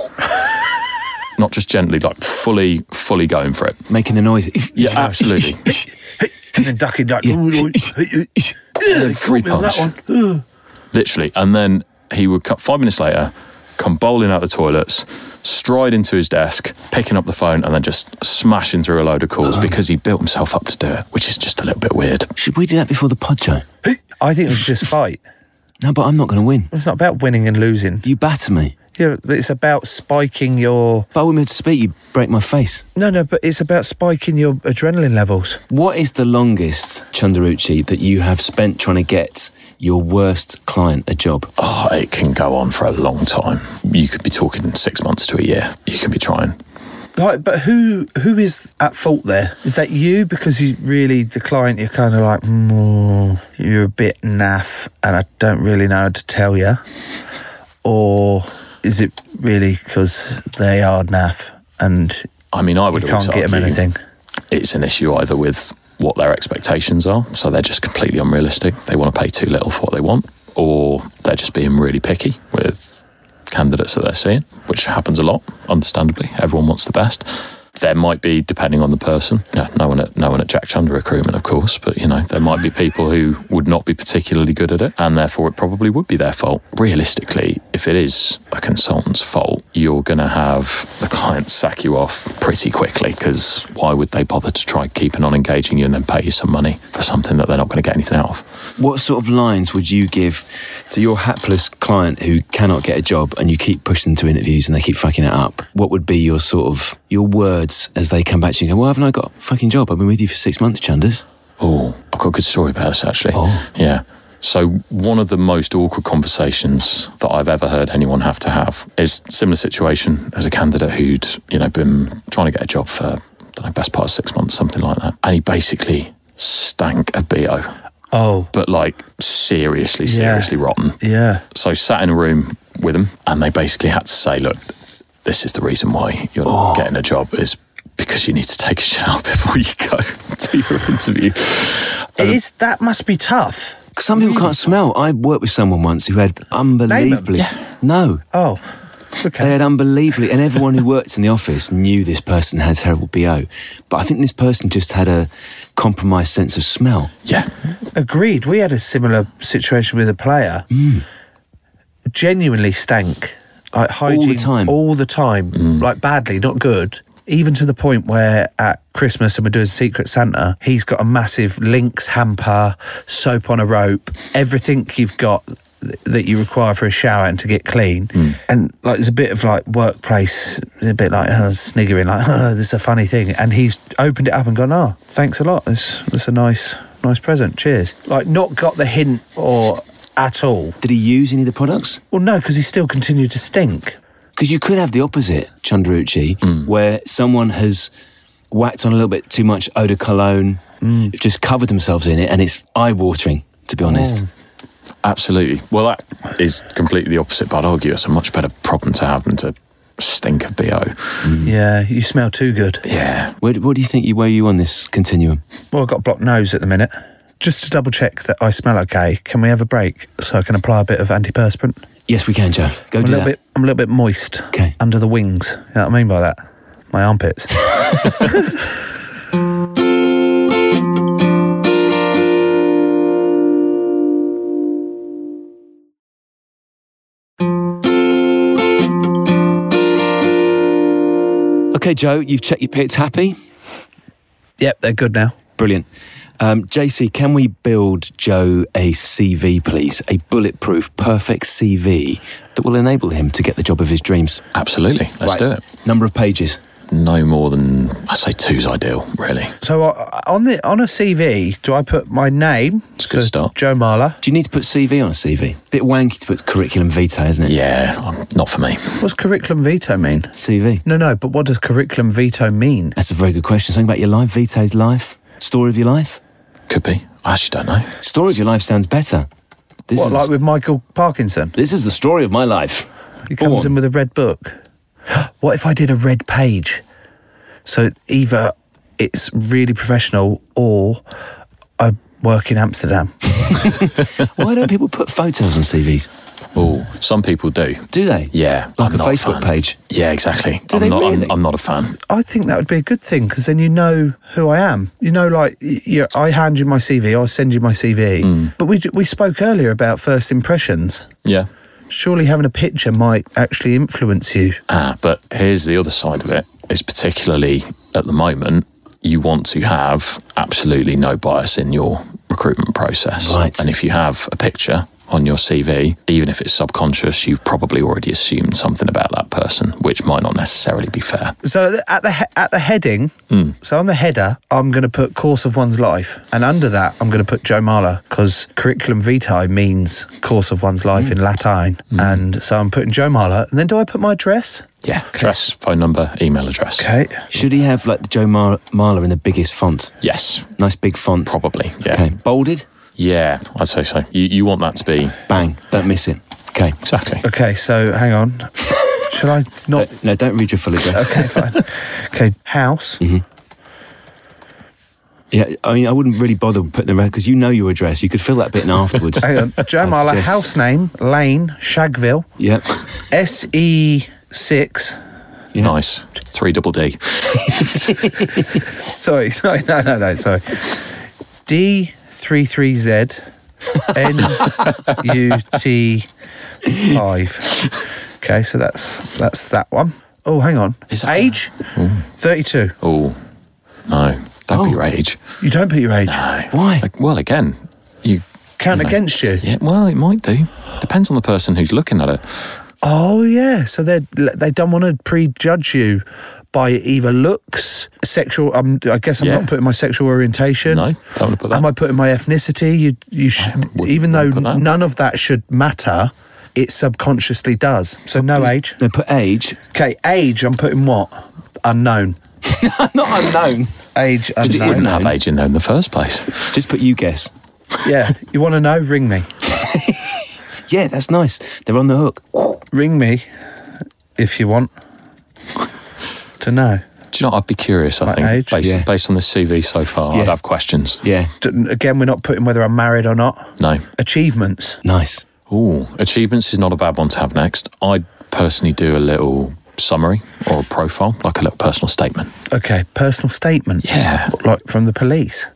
[SPEAKER 5] Not just gently, like fully, fully going for it.
[SPEAKER 2] making the noise.
[SPEAKER 5] Yeah, absolutely.
[SPEAKER 4] And then ducking duck.
[SPEAKER 5] Three punch. Literally. And then he would come five minutes later, come bowling out the toilets, stride into his desk, picking up the phone, and then just smashing through a load of calls because he built himself up to do it, which is just a little bit weird.
[SPEAKER 2] Should we do that before the pod, Joe?
[SPEAKER 4] I think we should just fight.
[SPEAKER 2] No, but I'm not going to win.
[SPEAKER 4] It's not about winning and losing.
[SPEAKER 2] You batter me.
[SPEAKER 4] Yeah, but it's about spiking your.
[SPEAKER 2] If I were meant to speak, you break my face.
[SPEAKER 4] No, no, but it's about spiking your adrenaline levels.
[SPEAKER 2] What is the longest, Chundaruchi, that you have spent trying to get your worst client a job?
[SPEAKER 5] Oh, it can go on for a long time. You could be talking six months to a year. You can be trying.
[SPEAKER 4] Like, but who who is at fault there? Is that you because you really the client? You're kind of like, mm, oh, you're a bit naff, and I don't really know how to tell you. Or is it really because they are naff and
[SPEAKER 5] I mean, I
[SPEAKER 4] you
[SPEAKER 5] would always
[SPEAKER 4] can't get them
[SPEAKER 5] argue
[SPEAKER 4] anything?
[SPEAKER 5] It's an issue either with what their expectations are, so they're just completely unrealistic. They want to pay too little for what they want, or they're just being really picky with candidates that they're seeing, which happens a lot, understandably. Everyone wants the best. there might be, depending on the person, no, no one at no one at Jack Chunder recruitment, of course, but you know there might be people who would not be particularly good at it, and therefore it probably would be their fault. Realistically, if it is a consultant's fault, you're going to have the client sack you off pretty quickly because why would they bother to try keeping on engaging you and then pay you some money for something that they're not going to get anything out of?
[SPEAKER 2] What sort of lines would you give to your hapless client who cannot get a job and you keep pushing them to interviews and they keep fucking it up? What would be your sort of your words as they come back to you and go, Well, haven't I got a fucking job? I've been with you for six months, Chanders.
[SPEAKER 5] Oh, I've got a good story about this actually. Yeah. So, one of the most awkward conversations that I've ever heard anyone have to have is similar situation. There's a candidate who'd, you know, been trying to get a job for, I don't know, best part of six months, something like that. And he basically stank of BO.
[SPEAKER 4] Oh.
[SPEAKER 5] But like seriously,
[SPEAKER 4] Yeah.
[SPEAKER 5] seriously rotten.
[SPEAKER 4] Yeah.
[SPEAKER 5] So sat in a room with them, and they basically had to say, "Look, this is the reason why you're not getting a job is because you need to take a shower before you go to your interview."
[SPEAKER 2] It
[SPEAKER 5] is
[SPEAKER 2] that must be tough. Some people can't smell. I worked with someone once who had unbelievably no.
[SPEAKER 4] Oh. Okay.
[SPEAKER 2] They had unbelievably, and everyone who worked in the office knew this person had terrible BO. But I think this person just had a compromised sense of smell.
[SPEAKER 5] Yeah.
[SPEAKER 4] Agreed. We had a similar situation with a player. Genuinely stank. Like hygiene all the time. All the time. Like badly, not good. Even to the point where at Christmas and we're doing Secret Santa, he's got a massive Lynx hamper, soap on a rope, everything you've got th- that you require for a shower and to get clean. And like there's a bit of like workplace, a bit like uh, sniggering, like, oh, this is a funny thing. And he's opened it up and gone, oh, thanks a lot. This, this is a nice, nice present. Cheers. Like not got the hint or at all.
[SPEAKER 2] Did he use any of the products?
[SPEAKER 4] Well, no, because he still continued to stink.
[SPEAKER 2] Because you could have the opposite, Chandrucci,
[SPEAKER 4] Mm.
[SPEAKER 2] where someone has whacked on a little bit too much eau de cologne,
[SPEAKER 4] Mm.
[SPEAKER 2] just covered themselves in it, and it's eye watering, to be honest.
[SPEAKER 4] Oh.
[SPEAKER 5] Absolutely. Well, that is completely the opposite, but I'd argue it's a much better problem to have than to stink of BO.
[SPEAKER 4] Yeah, you smell too good.
[SPEAKER 5] Yeah.
[SPEAKER 2] Where, what do you think you where you on this continuum?
[SPEAKER 4] Well, I've got a blocked nose at the minute. Just to double check that I smell okay, can we have a break so I can apply a bit of antiperspirant?
[SPEAKER 2] Yes, we can, Joe. Go
[SPEAKER 4] I'm a
[SPEAKER 2] do
[SPEAKER 4] little
[SPEAKER 2] that.
[SPEAKER 4] bit. I'm a little bit moist. Okay. Under the wings. You know what I mean by that? My armpits.
[SPEAKER 2] Okay, Joe, you've checked your pits. Happy?
[SPEAKER 4] Yep, they're good now.
[SPEAKER 2] Brilliant. Um, JC, can we build Joe a CV, please? A bulletproof, perfect CV that will enable him to get the job of his dreams.
[SPEAKER 5] Absolutely. Let's
[SPEAKER 2] Right.
[SPEAKER 5] do it.
[SPEAKER 2] Number of pages?
[SPEAKER 5] No more than, I say two's ideal, really.
[SPEAKER 4] so uh, on the on a CV, do I put my name? It's
[SPEAKER 5] good start.
[SPEAKER 4] Joe Marler.
[SPEAKER 2] Do you need to put CV on a CV? Bit wanky to put curriculum vitae, isn't it?
[SPEAKER 5] Yeah, um, not for me.
[SPEAKER 4] What's curriculum veto mean?
[SPEAKER 2] CV.
[SPEAKER 4] No, no. But what does curriculum veto mean?
[SPEAKER 2] That's a very good question. Something about your life, vitae's life, story of your life.
[SPEAKER 5] Could be. I actually don't know.
[SPEAKER 2] Story of your life sounds better. This
[SPEAKER 4] what,
[SPEAKER 2] is
[SPEAKER 4] like with Michael Parkinson?
[SPEAKER 2] this is the story of my life.
[SPEAKER 4] He comes in with a red book. What if I did a red page? So either it's really professional or I work in Amsterdam.
[SPEAKER 2] Why don't people put photos on CVs?
[SPEAKER 5] Oh, some people do.
[SPEAKER 2] Do they?
[SPEAKER 5] Yeah.
[SPEAKER 2] Like
[SPEAKER 5] I'm
[SPEAKER 2] a
[SPEAKER 5] not
[SPEAKER 2] Facebook
[SPEAKER 5] fan.
[SPEAKER 2] page.
[SPEAKER 5] Yeah, exactly.
[SPEAKER 2] Do
[SPEAKER 5] I'm,
[SPEAKER 2] they
[SPEAKER 5] not, I'm-
[SPEAKER 2] really?
[SPEAKER 5] I'm, not a fan.
[SPEAKER 4] I think that would be a good thing because then you know who I am. You know, like y- you, I hand you my CV, I send you my CV. But we d- we spoke earlier about first impressions.
[SPEAKER 5] Yeah.
[SPEAKER 4] Surely having a picture might actually influence you.
[SPEAKER 5] Ah, but here's the other side of it is particularly at the moment, you want to have absolutely no bias in your recruitment process.
[SPEAKER 2] Right.
[SPEAKER 5] And if you have a picture on your CV, even if it's subconscious, you've probably already assumed something about that person, which might not necessarily be fair.
[SPEAKER 4] So th- at the he- at the heading, so on the header, I'm going to put course of one's life, and under that, I'm going to put Joe Marler because curriculum vitae means course of one's life in Latin, and so I'm putting Joe Marler. And then do I put my address?
[SPEAKER 5] Yeah. Address, phone number, email address.
[SPEAKER 4] Okay.
[SPEAKER 2] Should he have like Joe Mar- Marler in the biggest font?
[SPEAKER 5] Yes,
[SPEAKER 2] Nice big font.
[SPEAKER 5] probably. Yeah.
[SPEAKER 2] Okay. Bolded?
[SPEAKER 5] Yeah, I'd say so. You, you want that to be
[SPEAKER 2] Bang. Don't miss it. Okay.
[SPEAKER 5] exactly.
[SPEAKER 4] Okay. So hang on. Shall I not?
[SPEAKER 2] No, don't read your full address.
[SPEAKER 4] Okay, fine. Okay, house.
[SPEAKER 2] Yeah, I mean, I wouldn't really bother putting the rest because you know your address. You could fill that bit in afterwards.
[SPEAKER 4] Hang on. Joe
[SPEAKER 2] I
[SPEAKER 4] Marler,
[SPEAKER 2] suggest-
[SPEAKER 4] house name, lane, Shagville,
[SPEAKER 2] Yep.
[SPEAKER 4] S E six
[SPEAKER 2] Yeah.
[SPEAKER 5] Nice. three double D.
[SPEAKER 4] sorry, sorry, no, no, no, sorry. D three three Z N U T five. Okay, so that's that's that one. Oh, hang on. age? Thirty-two.
[SPEAKER 5] Oh no! Don't put your age.
[SPEAKER 4] You don't put your age.
[SPEAKER 5] No.
[SPEAKER 4] Why?
[SPEAKER 5] Like, well, again, you
[SPEAKER 4] count
[SPEAKER 5] against
[SPEAKER 4] you.
[SPEAKER 5] Yeah. Well, it might do. Depends on the person who's looking at it.
[SPEAKER 4] Oh yeah, so they they don't want to prejudge you by either looks, sexual. Um, I guess I'm
[SPEAKER 5] Yeah.
[SPEAKER 4] not putting my sexual orientation. No,
[SPEAKER 5] don't want to put
[SPEAKER 4] that. Am I putting my ethnicity? You you should, even though none of that should matter, it subconsciously does. So no age.
[SPEAKER 2] They put age.
[SPEAKER 4] Okay, age. I'm putting what? Unknown.
[SPEAKER 2] not unknown.
[SPEAKER 4] Age
[SPEAKER 5] It
[SPEAKER 4] unknown.
[SPEAKER 5] doesn't have age in there in the first place.
[SPEAKER 2] Just put you guess.
[SPEAKER 4] Yeah, you want to know? Ring me.
[SPEAKER 2] yeah, that's nice. They're on the hook.
[SPEAKER 4] Ring me if you want to know.
[SPEAKER 5] Do you know? I'd be curious. I
[SPEAKER 4] My
[SPEAKER 5] think
[SPEAKER 4] age?
[SPEAKER 5] based
[SPEAKER 4] Yeah.
[SPEAKER 5] based on the CV so far, I'd have questions.
[SPEAKER 2] Yeah.
[SPEAKER 4] D- Again, we're not putting whether I'm married or not.
[SPEAKER 5] No.
[SPEAKER 4] Achievements.
[SPEAKER 2] Nice.
[SPEAKER 5] Ooh, achievements is not a bad one to have next. I'd personally do a little summary or a profile, like a little personal statement.
[SPEAKER 4] Okay, personal statement.
[SPEAKER 5] Yeah.
[SPEAKER 4] Like from the police.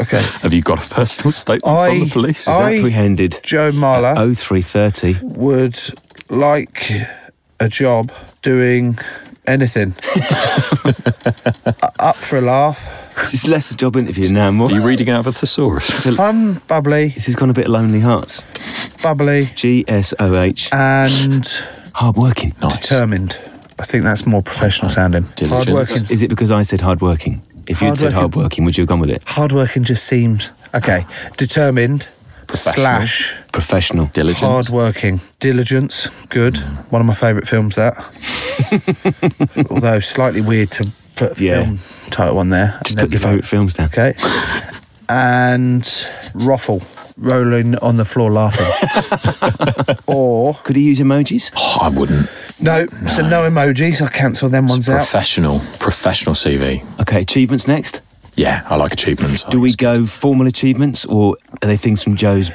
[SPEAKER 4] okay.
[SPEAKER 5] Have you got a personal statement
[SPEAKER 4] I-
[SPEAKER 5] from the police?
[SPEAKER 4] I-
[SPEAKER 2] Is apprehended.
[SPEAKER 4] Joe Marler.
[SPEAKER 2] Oh three thirty.
[SPEAKER 4] Would like a job doing anything. U- Up for a laugh.
[SPEAKER 2] This is less a job interview now. More.
[SPEAKER 5] Are you reading out of a thesaurus?
[SPEAKER 4] Fun, bubbly,
[SPEAKER 2] This has gone a bit lonely hearts.
[SPEAKER 4] bubbly,
[SPEAKER 2] G S O H.
[SPEAKER 4] Uh, and
[SPEAKER 2] Hard working.
[SPEAKER 5] Nice.
[SPEAKER 4] determined. I think that's more professional sounding.
[SPEAKER 5] Diligence.
[SPEAKER 4] Hardworking.
[SPEAKER 2] Is it because I said hard working? If you'd said
[SPEAKER 4] Hardworking.
[SPEAKER 2] hard working, would you have gone with it?
[SPEAKER 4] Hardworking just seems okay. Determined slash
[SPEAKER 2] Professional.
[SPEAKER 5] Diligence.
[SPEAKER 4] hardworking, diligence. Good.
[SPEAKER 2] Mm.
[SPEAKER 4] One of my favourite films. That. Although slightly weird to put a
[SPEAKER 2] Yeah.
[SPEAKER 4] film title on there.
[SPEAKER 2] Just
[SPEAKER 4] And
[SPEAKER 2] put your
[SPEAKER 4] then
[SPEAKER 2] favourite films down.
[SPEAKER 4] be like, Okay. And ruffle, rolling on the floor laughing. or
[SPEAKER 2] Could he use emojis?
[SPEAKER 5] Oh, I wouldn't.
[SPEAKER 4] no, so no emojis. I'll cancel them ones out.
[SPEAKER 5] Professional, professional CV.
[SPEAKER 2] Okay, achievements next.
[SPEAKER 5] Yeah, I like achievements.
[SPEAKER 2] Do we go formal achievements or are they things from Joe's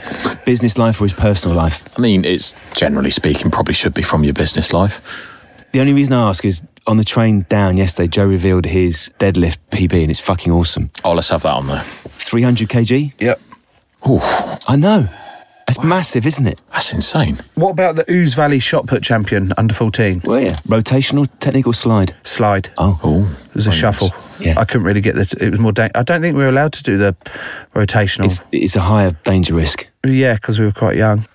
[SPEAKER 2] business life or his personal life?
[SPEAKER 5] I mean, it's generally speaking, probably should be from your business life.
[SPEAKER 2] The only reason I ask is on the train down yesterday, Joe revealed his deadlift PB and it's fucking awesome.
[SPEAKER 5] Oh, let's have that on there.
[SPEAKER 2] 300 kg?
[SPEAKER 4] Yep.
[SPEAKER 2] I know. That's massive, isn't it?
[SPEAKER 5] That's insane.
[SPEAKER 4] What about the Ooze Valley shot put champion under fourteen?
[SPEAKER 2] Well, yeah. Rotational technical slide.
[SPEAKER 4] Slide.
[SPEAKER 2] Oh.
[SPEAKER 5] Oh,
[SPEAKER 4] It was a shuffle.
[SPEAKER 2] Yeah.
[SPEAKER 4] I couldn't really get this. It was more. Dan- I don't think we were allowed to do the rotational.
[SPEAKER 2] It's, it's a higher danger risk.
[SPEAKER 4] Yeah, because we were quite young.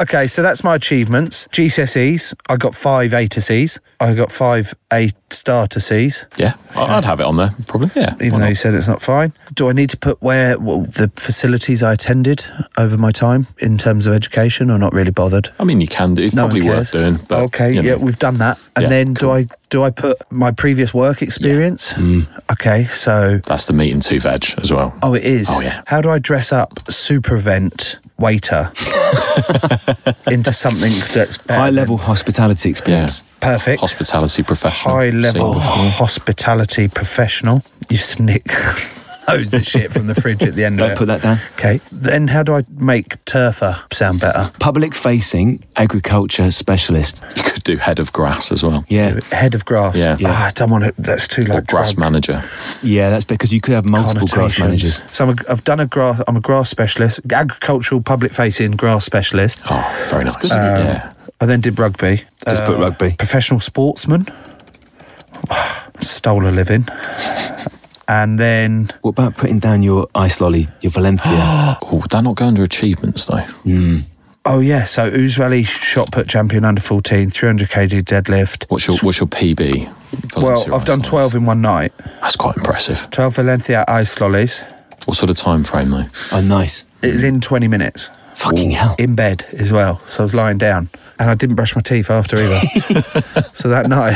[SPEAKER 4] Okay, so that's my achievements. GCSEs, I got five A to Cs. I got five A star to Cs,
[SPEAKER 5] yeah. I I'd have it on there, probably. Yeah.
[SPEAKER 4] even
[SPEAKER 5] why
[SPEAKER 4] though
[SPEAKER 5] not?
[SPEAKER 4] you said it's not fine. Do I need to put where well, the facilities I attended over my time in terms of education or not really bothered?
[SPEAKER 5] I mean, you can do. It's
[SPEAKER 4] No one
[SPEAKER 5] probably worth
[SPEAKER 4] cares.
[SPEAKER 5] doing. But,
[SPEAKER 4] okay,
[SPEAKER 5] you know.
[SPEAKER 4] yeah, we've done that. And
[SPEAKER 5] Yeah,
[SPEAKER 4] then do I do I put my previous work experience?
[SPEAKER 5] Mm.
[SPEAKER 4] Okay, so
[SPEAKER 5] That's the meat and two veg as well.
[SPEAKER 4] Oh, it is.
[SPEAKER 5] Oh, yeah.
[SPEAKER 4] How do I dress up supervent waiter into something that's better
[SPEAKER 2] High
[SPEAKER 4] than-
[SPEAKER 2] level hospitality
[SPEAKER 5] Yeah.
[SPEAKER 2] experience.
[SPEAKER 4] perfect?
[SPEAKER 5] Hospitality professional.
[SPEAKER 4] High level
[SPEAKER 5] See?
[SPEAKER 4] hospitality professional. You snick loads of shit from the fridge at the end
[SPEAKER 2] Don't
[SPEAKER 4] of it.
[SPEAKER 2] put that down.
[SPEAKER 4] Okay, then how do I make turfer sound better?
[SPEAKER 2] Public facing agriculture specialist.
[SPEAKER 5] You could do head of grass as well.
[SPEAKER 2] Yeah.
[SPEAKER 4] Head of grass.
[SPEAKER 5] Yeah.
[SPEAKER 4] Ah, I don't want it. That's too
[SPEAKER 5] Or
[SPEAKER 4] like
[SPEAKER 5] grass
[SPEAKER 4] drug
[SPEAKER 5] manager.
[SPEAKER 2] Yeah, that's because you could have multiple grass
[SPEAKER 4] connotations.
[SPEAKER 2] managers.
[SPEAKER 4] So I'm a, I've done a grass. I'm a grass specialist, agricultural public facing grass specialist.
[SPEAKER 5] Oh, very nice. yeah.
[SPEAKER 4] I then did rugby. Uh,
[SPEAKER 2] Just put rugby.
[SPEAKER 4] professional sportsman, stole a living, and then
[SPEAKER 2] What about putting down your ice lolly, your Valencia?
[SPEAKER 5] Oh, would that not go under achievements though?
[SPEAKER 4] oh yeah, so Ooze Valley shot put champion under 14, 300 kg deadlift.
[SPEAKER 5] What's your What's your PB?
[SPEAKER 4] Well,
[SPEAKER 5] Valencia
[SPEAKER 4] I've done
[SPEAKER 5] Ice Lollies?
[SPEAKER 4] 12 in one night.
[SPEAKER 5] That's quite impressive.
[SPEAKER 4] 12 Valencia ice lollies.
[SPEAKER 5] What sort of time frame though?
[SPEAKER 2] oh, nice.
[SPEAKER 4] It was in 20 minutes.
[SPEAKER 2] Fucking hell.
[SPEAKER 4] In bed as well. So I was lying down and I didn't brush my teeth after either. so that night,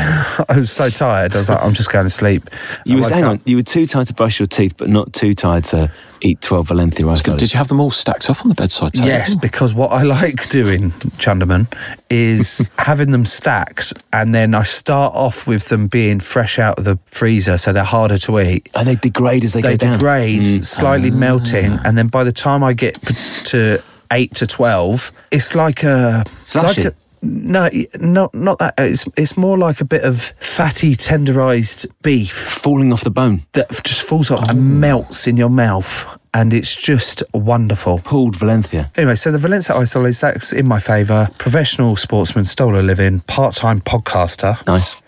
[SPEAKER 4] I was so tired. I was like, I'm just going to sleep.
[SPEAKER 2] You
[SPEAKER 4] I
[SPEAKER 2] was,
[SPEAKER 4] woke
[SPEAKER 2] hang
[SPEAKER 4] up-
[SPEAKER 2] on, you were too tired to brush your teeth, but not too tired to eat 12 Valencia ice lollies.
[SPEAKER 5] Did you have them all stacked up on the bedside table?
[SPEAKER 4] Yes, because what I like doing, Chunderman, is having them stacked and then I start off with them being fresh out of the freezer so they're harder to eat.
[SPEAKER 2] Oh, they degrade as they,
[SPEAKER 4] They
[SPEAKER 2] go down. Mm. Ah.
[SPEAKER 4] degrade, slightly melting, and then by the time I get p- to eight to twelve, it's like a it's like
[SPEAKER 2] Slushy.
[SPEAKER 4] a No, y- not not that. It's it's more like a bit of fatty, tenderized beef
[SPEAKER 2] falling off the bone
[SPEAKER 4] that f- just falls
[SPEAKER 2] Oh.
[SPEAKER 4] off and melts in your mouth, and it's just wonderful.
[SPEAKER 2] Pulled Valencia.
[SPEAKER 4] Anyway, so the Valencia Isolis, that's in my favour. Professional sportsman, stole a living, part-time podcaster.
[SPEAKER 2] Nice.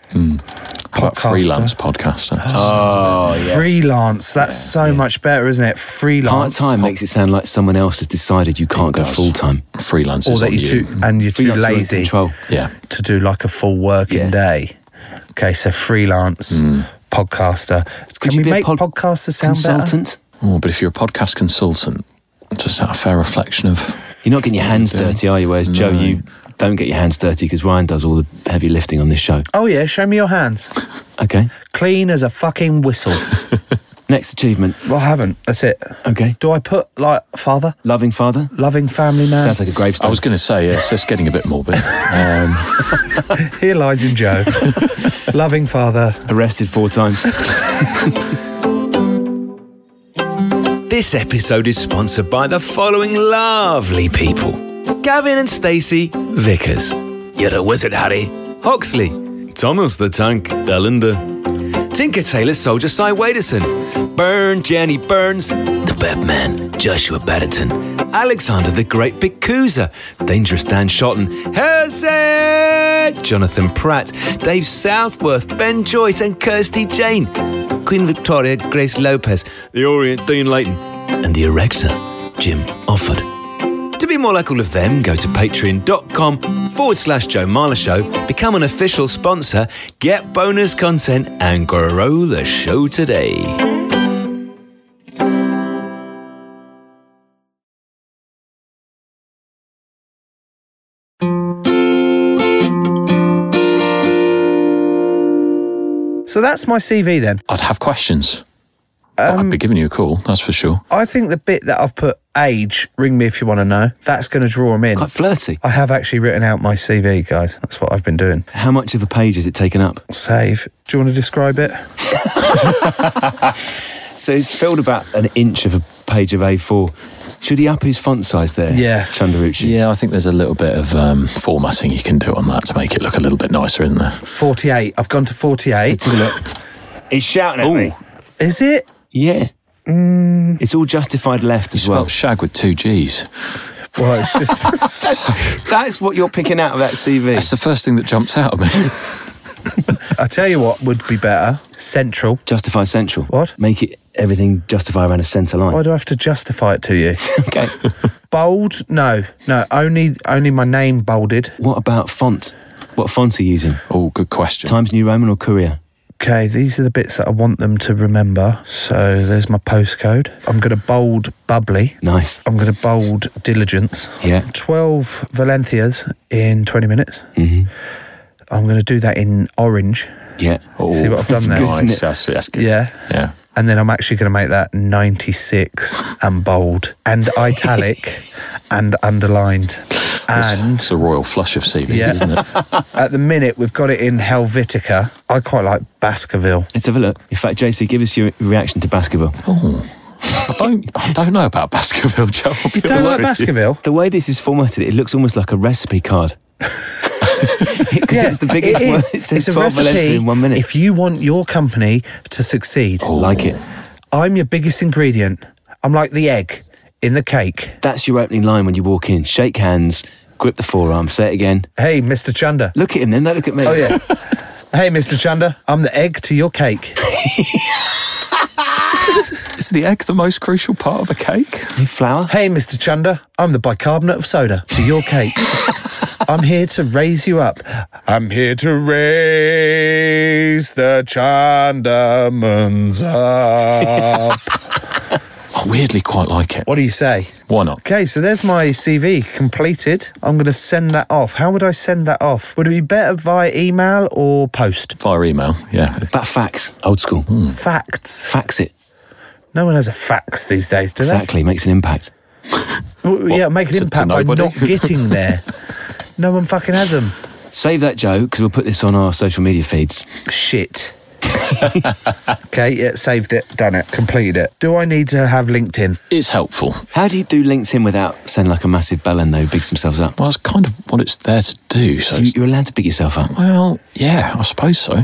[SPEAKER 5] How about freelance podcaster?
[SPEAKER 2] Oh,
[SPEAKER 4] Freelance. That's so much better, isn't it?
[SPEAKER 2] Part
[SPEAKER 4] Freelance. Oh,
[SPEAKER 2] time makes it sound like someone else has decided you can't go full time.
[SPEAKER 5] Freelance
[SPEAKER 4] Or
[SPEAKER 5] is
[SPEAKER 4] that
[SPEAKER 5] on
[SPEAKER 4] you're
[SPEAKER 5] you.
[SPEAKER 4] too and you're too
[SPEAKER 2] Freelance is
[SPEAKER 4] lazy
[SPEAKER 2] in Control.
[SPEAKER 5] Yeah.
[SPEAKER 4] to do like a full working day. Okay, so freelance podcaster. Can
[SPEAKER 2] Hmm. you
[SPEAKER 4] we
[SPEAKER 2] be a
[SPEAKER 4] make
[SPEAKER 2] pod-
[SPEAKER 4] podcaster sound better?
[SPEAKER 2] Consultant.
[SPEAKER 5] Oh, but if you're a podcast consultant, just that a fair reflection of
[SPEAKER 2] You're not getting your hands
[SPEAKER 5] Yeah.
[SPEAKER 2] dirty, are you? Whereas Joe, you don't get your hands dirty because Ryan does all the heavy lifting on this show.
[SPEAKER 4] Oh yeah, show me your hands.
[SPEAKER 2] Okay.
[SPEAKER 4] Clean as a fucking whistle.
[SPEAKER 2] Next achievement.
[SPEAKER 4] well, I haven't. That's it.
[SPEAKER 2] Okay.
[SPEAKER 4] Do I put like father,
[SPEAKER 2] Loving father.
[SPEAKER 4] loving family man?
[SPEAKER 2] Sounds like a gravestone.
[SPEAKER 5] I was going to say, it's, it's getting a bit morbid. Um,
[SPEAKER 4] Here lies in Joe. loving father.
[SPEAKER 2] arrested four times.
[SPEAKER 6] This episode is sponsored by the following lovely people Gavin and Stacey Vickers. You're a wizard, Harry. Hoxley. Thomas the Tank. Belinda. Tinker Tailor Soldier Cy Waderson. Burn Jenny Burns. The Batman. Joshua Batterton. Alexander the Great Big Cooser. Dangerous Dan Shotton. Hersey. Jonathan Pratt. Dave Southworth. Ben Joyce. And Kirsty Jane. Queen Victoria, Grace Lopez, the Orient, Dean Leighton, and the Erector, Jim Offord. To be more like all of them, go to patreon.com forward slash Joe Marler Show, become an official sponsor, get bonus content, and grow the show today.
[SPEAKER 4] So that's my CV then.
[SPEAKER 5] I'd have questions. But I'd be giving you a call, that's for sure.
[SPEAKER 4] I think the bit that I've put age, ring me if you want to know, that's going to draw them in.
[SPEAKER 2] Quite flirty.
[SPEAKER 4] I have actually written out my CV, guys. That's what I've been doing.
[SPEAKER 2] How much of a page is it taken up?
[SPEAKER 4] Save. Do you want to describe it?
[SPEAKER 2] So it's filled about an inch of a page of A4. Should he up his font size there?
[SPEAKER 4] Yeah.
[SPEAKER 2] Chandarucci.
[SPEAKER 5] Yeah, I think there's a little bit of um, formatting you can do on that to make it look a little bit nicer, isn't there?
[SPEAKER 4] 48. I've gone to 48.
[SPEAKER 2] He's shouting at me.
[SPEAKER 4] Is it?
[SPEAKER 2] Yeah. It's all justified left as well.
[SPEAKER 5] Well, shag with two G's.
[SPEAKER 4] Well, it's just.
[SPEAKER 2] That's what you're picking out of that
[SPEAKER 5] That's
[SPEAKER 2] CV.
[SPEAKER 5] the first thing that jumps out at me.
[SPEAKER 4] I tell you what would be better central.
[SPEAKER 2] Justify central.
[SPEAKER 4] What?
[SPEAKER 2] Make it everything justify around a centre line.
[SPEAKER 4] Why do I have to justify it to you?
[SPEAKER 2] Okay.
[SPEAKER 4] Bold? No, no. Only, only my name bolded.
[SPEAKER 2] what about font? What font are you using?
[SPEAKER 5] oh, good question.
[SPEAKER 2] Times New Roman or Courier?
[SPEAKER 4] Okay, these are the bits that I want them to remember. So there's my postcode. I'm going to bold bubbly.
[SPEAKER 2] Nice.
[SPEAKER 4] I'm going to bold diligence.
[SPEAKER 2] Yeah.
[SPEAKER 4] 12 Valencias in 20 minutes.
[SPEAKER 2] Mhm.
[SPEAKER 4] I'm going to do that in orange.
[SPEAKER 2] Yeah.
[SPEAKER 5] Oh,
[SPEAKER 4] See what I've done there?
[SPEAKER 5] Nice.
[SPEAKER 2] Isn't it?
[SPEAKER 5] That's, that's good.
[SPEAKER 4] Yeah.
[SPEAKER 5] Yeah.
[SPEAKER 4] And then I'm actually going to make that 96 and bold and italic and underlined. And
[SPEAKER 5] It's a royal flush of CVs,
[SPEAKER 4] Yeah.
[SPEAKER 5] isn't it?
[SPEAKER 4] at the minute, we've got it in Helvetica. I quite like Baskerville.
[SPEAKER 2] Let's have a look. In fact, JC, give us your reaction to Baskerville.
[SPEAKER 5] I don't, I don't know about Baskerville, Joe. I'll be
[SPEAKER 4] Don't
[SPEAKER 5] honest
[SPEAKER 4] like
[SPEAKER 5] with you.
[SPEAKER 4] Baskerville?
[SPEAKER 2] The way this is formatted, it looks almost like a recipe card. Because it's the biggest
[SPEAKER 4] it
[SPEAKER 2] one.
[SPEAKER 4] is.
[SPEAKER 2] It
[SPEAKER 4] It's
[SPEAKER 2] says
[SPEAKER 4] a
[SPEAKER 2] 12
[SPEAKER 4] recipe
[SPEAKER 2] Valencia in one minute. Oh.
[SPEAKER 4] If you want your company to succeed,
[SPEAKER 2] Like it.
[SPEAKER 4] I'm your biggest ingredient. I'm like the egg in the cake.
[SPEAKER 2] That's your opening line when you walk in. Shake hands, grip the forearm, say it again.
[SPEAKER 4] Hey, Mr. Chunder.
[SPEAKER 2] Look at him, then don't look at me.
[SPEAKER 4] Oh, yeah. hey, Mr. Chunder, I'm the egg to your cake.
[SPEAKER 5] Is the egg the most crucial part of a cake?
[SPEAKER 2] Hey, flower.
[SPEAKER 4] Hey, Mr. Chunder, I'm the bicarbonate of soda to your cake. I'm here to raise you up. I'm here to raise the Chundermans up.
[SPEAKER 5] I weirdly quite like it.
[SPEAKER 4] what do you say?
[SPEAKER 5] Why not?
[SPEAKER 4] Okay, so there's my CV completed. I'm going to send that off. How would I send that off? Would it be better via email or post?
[SPEAKER 5] Via email, yeah.
[SPEAKER 2] That fax. Old school.
[SPEAKER 4] Hmm. Facts.
[SPEAKER 2] Fax it.
[SPEAKER 4] No one has a fax these days, do they?
[SPEAKER 2] Exactly. Makes an impact.
[SPEAKER 4] Well, yeah, make an
[SPEAKER 5] to- to
[SPEAKER 4] impact by
[SPEAKER 5] nobody?
[SPEAKER 4] not getting there. no one fucking has them.
[SPEAKER 2] Save that, Joe, because we'll put this on our social media feeds.
[SPEAKER 4] Shit. okay, yeah, saved it, done it, completed it. Do I need to have LinkedIn?
[SPEAKER 5] It's helpful.
[SPEAKER 2] How do you do LinkedIn without sounding like a massive bell end though, bigs themselves up?
[SPEAKER 5] Well, that's kind of what it's there to do. So,
[SPEAKER 2] you, are allowed to big yourself up.
[SPEAKER 5] Well, yeah, I suppose so.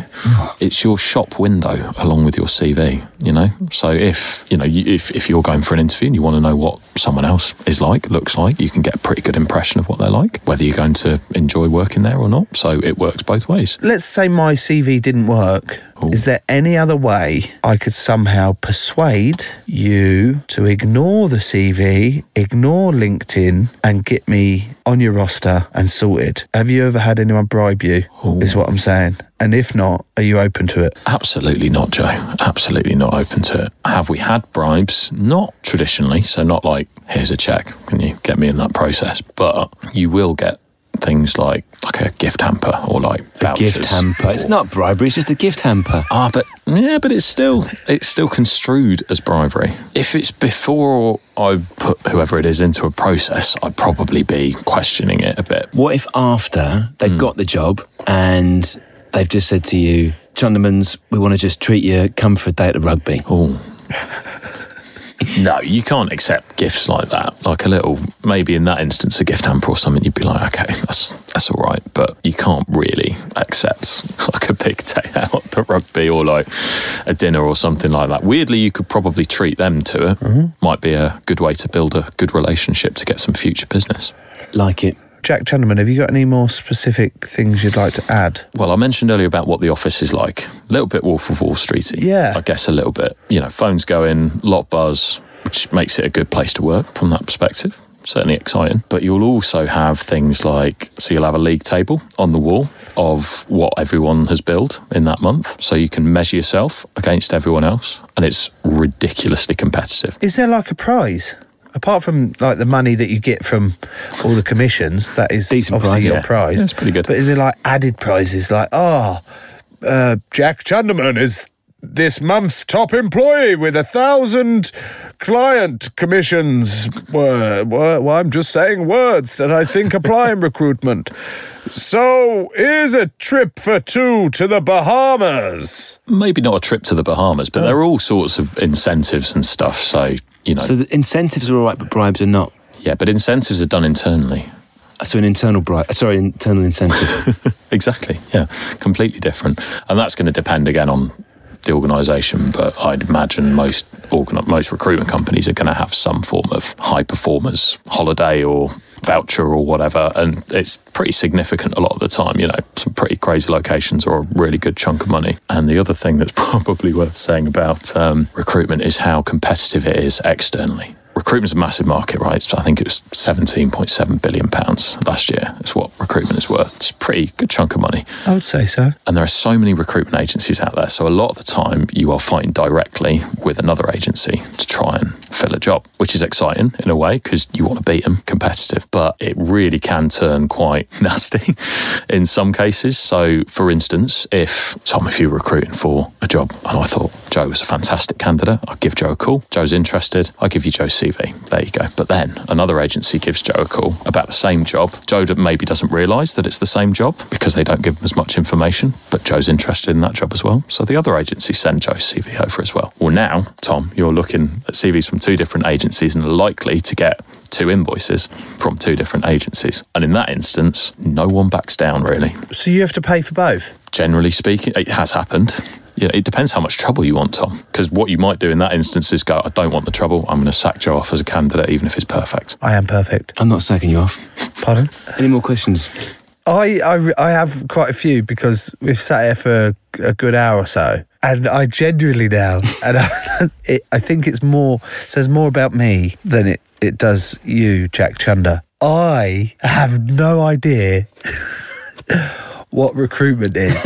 [SPEAKER 5] it's your shop window along with your CV, you know? So if, you know, you, if, if you're going for an interview and you want to know what someone else is like, looks like, you can get a pretty good impression of what they're like, whether you're going to enjoy working there or not. So it works both ways.
[SPEAKER 4] Let's say my CV didn't work. Is there any other way I could somehow persuade you to ignore the CV, ignore LinkedIn, and get me on your roster and sorted? Have you ever had anyone bribe you? Is what I'm saying. And if not, are you open to it?
[SPEAKER 5] Absolutely not, Joe. Absolutely not open to it. Have we had bribes? Not traditionally. So, not like, here's a check. Can you get me in that process? But you will get things like like a gift hamper or like
[SPEAKER 2] A
[SPEAKER 5] vouchers.
[SPEAKER 2] gift hamper. It's not bribery, it's just a gift hamper.
[SPEAKER 5] Ah, but yeah, but it's still it's still construed as bribery. If it's before I put whoever it is into a process, I'd probably be questioning it a bit.
[SPEAKER 2] What if after they've got the job and they've just said to you, Chundermans, we want to just treat you, come for a day at the rugby?
[SPEAKER 5] Oh. No, you can't accept gifts like that. Like a little, maybe in that instance, a gift hamper or something. You'd be like, okay, that's that's all right, but you can't really accept like a big day out at rugby or like a dinner or something like that. Weirdly, you could probably treat them to it. Might be a good way to build a good relationship to get some future business.
[SPEAKER 2] Like it.
[SPEAKER 4] Jack Chanderman, have you got any more specific things you'd like to add?
[SPEAKER 5] Well, I mentioned earlier about what the office is like. A little bit Wolf of Wall Streety.
[SPEAKER 4] Yeah.
[SPEAKER 5] I guess a little bit. You know, phones going, lot buzz, which makes it a good place to work from that perspective. Certainly exciting. But you'll also have things like so you'll have a league table on the wall of what everyone has billed in that month. So you can measure yourself against everyone else. And it's ridiculously competitive.
[SPEAKER 4] Is there like a prize? Apart from like the money that you get from all the commissions, that is
[SPEAKER 2] Decent
[SPEAKER 4] obviously
[SPEAKER 2] prize,
[SPEAKER 4] your
[SPEAKER 2] yeah.
[SPEAKER 4] prize.
[SPEAKER 5] Yeah, it's pretty good.
[SPEAKER 4] But is there like added prizes? Like, oh, uh, Jack Chanderman is this month's top employee with a thousand client commissions. Wor- wor- well, I'm just saying words that I think apply in recruitment. So, is a trip for two to the Bahamas.
[SPEAKER 5] Maybe not a trip to the Bahamas, but there are all sorts of incentives and stuff. So, you know,
[SPEAKER 2] So the incentives are all right, but bribes are not.
[SPEAKER 5] yeah, but incentives are done internally.
[SPEAKER 2] So an internal bribe, sorry, internal incentive.
[SPEAKER 5] Exactly. Yeah. Completely different. And that's going to depend again on the organisation, but I'd imagine most organ- most recruitment companies are going to have some form of high performers holiday or voucher or whatever, and it's pretty significant a lot of the time. You know, some pretty crazy locations or a really good chunk of money. And the other thing that's probably worth saying about um, recruitment is how competitive it is externally recruitment's a massive market, right? So I think it was seventeen point seven billion pounds last year. Is what recruitment is worth. It's a pretty good chunk of money.
[SPEAKER 4] I would say so.
[SPEAKER 5] And there are so many recruitment agencies out there. So a lot of the time, you are fighting directly with another agency to try and fill a job, which is exciting in a way because you want to beat them competitive. But it really can turn quite nasty in some cases. So, for instance, if Tom, if you were recruiting for a job and I thought Joe was a fantastic candidate, I'd give Joe a call. Joe's interested. I give you Joe's CV. There you go. But then another agency gives Joe a call about the same job. Joe d- maybe doesn't realise that it's the same job because they don't give him as much information, but Joe's interested in that job as well. So the other agency send Joe's CV over as well. Well, now, Tom, you're looking at CVs from two different agencies and likely to get two invoices from two different agencies. And in that instance, no one backs down really
[SPEAKER 4] So you have to pay for both.
[SPEAKER 5] generally speaking, it has happened. You know, it depends how much trouble you want, Tom. Because what you might do in that instance is go, I don't want the trouble. I'm going to sack Joe off as a candidate, even if it's perfect.
[SPEAKER 4] I am perfect.
[SPEAKER 2] I'm not sacking you off.
[SPEAKER 4] Pardon?
[SPEAKER 2] Any more questions?
[SPEAKER 4] I, I, I have quite a few because we've sat here for a good hour or so. And I genuinely now, and I, it, I think it's more, says more about me than it, it does you, Jack Chunder. I have no idea what recruitment is.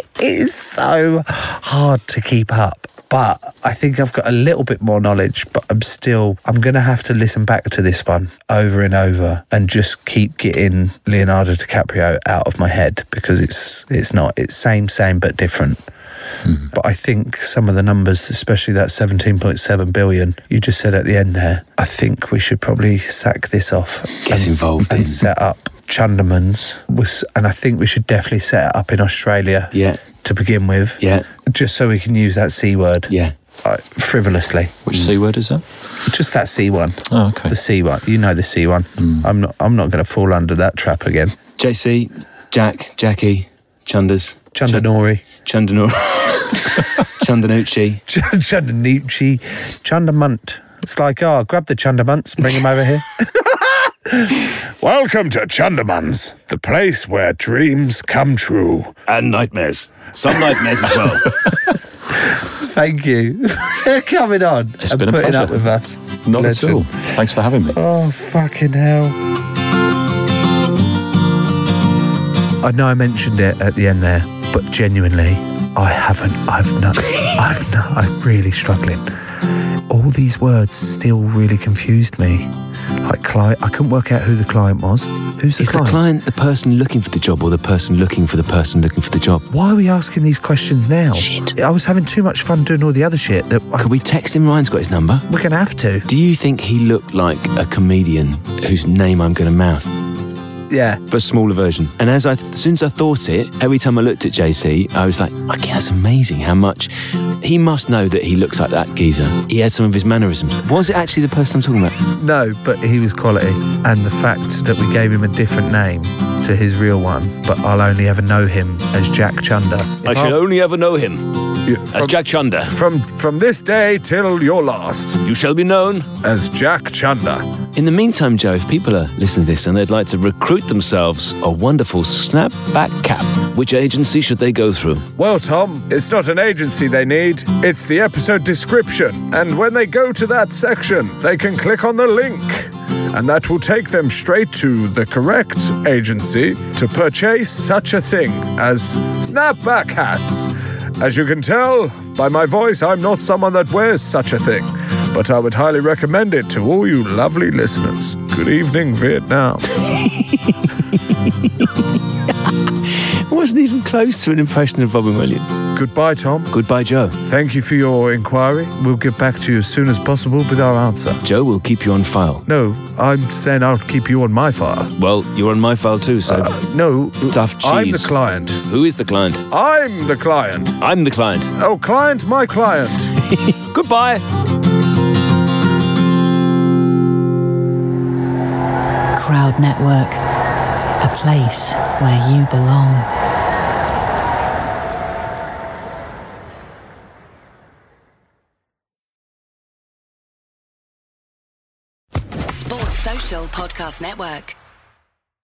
[SPEAKER 4] it is so hard to keep up. But I think I've got a little bit more knowledge, but I'm still, I'm going to have to listen back to this one over and over and just keep getting Leonardo DiCaprio out of my head because it's, it's not, it's same, same, but different.
[SPEAKER 2] Mm-hmm.
[SPEAKER 4] But I think some of the numbers, especially that 17.7 billion you just said at the end there, I think we should probably sack this off.
[SPEAKER 2] Get
[SPEAKER 4] and,
[SPEAKER 2] involved
[SPEAKER 4] and
[SPEAKER 2] in-
[SPEAKER 4] set up Chunderman's was, and I think we should definitely set it up in Australia.
[SPEAKER 2] Yeah.
[SPEAKER 4] To begin with.
[SPEAKER 2] Yeah.
[SPEAKER 4] Just so we can use that c word.
[SPEAKER 2] Yeah.
[SPEAKER 4] Uh, frivolously.
[SPEAKER 5] Which c word is that?
[SPEAKER 4] Just that c one.
[SPEAKER 5] Oh, okay. Hmm.
[SPEAKER 4] The c one. You know the c one. I'm not. I'm not going to fall under that trap again.
[SPEAKER 2] JC, Jack, Jackie, Chunders.
[SPEAKER 4] Chandanori.
[SPEAKER 2] Chandanori. Chandanucci.
[SPEAKER 4] Ch- Chandanucci. Chandamunt. It's like, oh, grab the Chandamunts, bring them over here.
[SPEAKER 1] Welcome to Chunderman's, the place where dreams come true.
[SPEAKER 2] And nightmares. Some nightmares as well.
[SPEAKER 4] Thank you for coming on
[SPEAKER 5] It's
[SPEAKER 4] and
[SPEAKER 5] been a
[SPEAKER 4] putting
[SPEAKER 5] pleasure.
[SPEAKER 4] up with us.
[SPEAKER 5] Not
[SPEAKER 4] Legend.
[SPEAKER 5] at all. Thanks for having me.
[SPEAKER 4] Oh, fucking hell. I know I mentioned it at the end there, but genuinely, I haven't. I've not. I've not. I'm really struggling. All these words still really confused me. Like, client, I couldn't work out who the client was. Who's the
[SPEAKER 2] Is the
[SPEAKER 4] client?
[SPEAKER 2] client the person looking for the job or the person looking for the person looking for the job?
[SPEAKER 4] Why are we asking these questions now? Shit. I was having too much fun doing all the other shit that I,
[SPEAKER 2] Could we text him? Ryan's got his number.
[SPEAKER 4] we're going to have to.
[SPEAKER 2] Do you think he looked like a comedian whose name I'm going to mouth?
[SPEAKER 4] Yeah.
[SPEAKER 2] but smaller version. And as I, as soon as I thought it, every time I looked at JC, I was like, "Okay, that's amazing. How much he must know that he looks like that geezer. He had some of his mannerisms. Was it actually the person I'm talking about?
[SPEAKER 4] No, but he was quality. And the fact that we gave him a different name to his real one, but I'll only ever know him as Jack Chunder.
[SPEAKER 2] I should only ever know him
[SPEAKER 1] From,
[SPEAKER 2] as Jack Chunder.
[SPEAKER 1] from from this day till your last,
[SPEAKER 2] You shall be known
[SPEAKER 1] as Jack Chunder.
[SPEAKER 2] In the meantime, Joe, if people are listening to this and they'd like to recruit themselves a wonderful snapback cap, which agency should they go through?
[SPEAKER 1] Well, Tom, it's not an agency they need, it's the episode description. And when they go to that section, they can click on the link. And that will take them straight to the correct agency to purchase such a thing as snapback hats. As you can tell by my voice, I'm not someone that wears such a thing, but I would highly recommend it to all you lovely listeners. Good evening, Vietnam.
[SPEAKER 2] I wasn't even close to an impression of Robin Williams.
[SPEAKER 4] Goodbye, Tom.
[SPEAKER 2] Goodbye, Joe.
[SPEAKER 4] Thank you for your inquiry. We'll get back to you as soon as possible with our answer.
[SPEAKER 2] Joe will keep you on file.
[SPEAKER 4] No, I'm saying I'll keep you on my file.
[SPEAKER 2] Well, you're on my file too, so
[SPEAKER 4] No,
[SPEAKER 2] Stuffed
[SPEAKER 4] I'm the
[SPEAKER 2] cheese.
[SPEAKER 4] client.
[SPEAKER 2] who is the client?
[SPEAKER 1] I'm the client.
[SPEAKER 2] I'm the client.
[SPEAKER 1] Oh, client, my client.
[SPEAKER 2] Goodbye.
[SPEAKER 9] Crowd Network, a place where you belong.
[SPEAKER 10] Sports Social Podcast Network.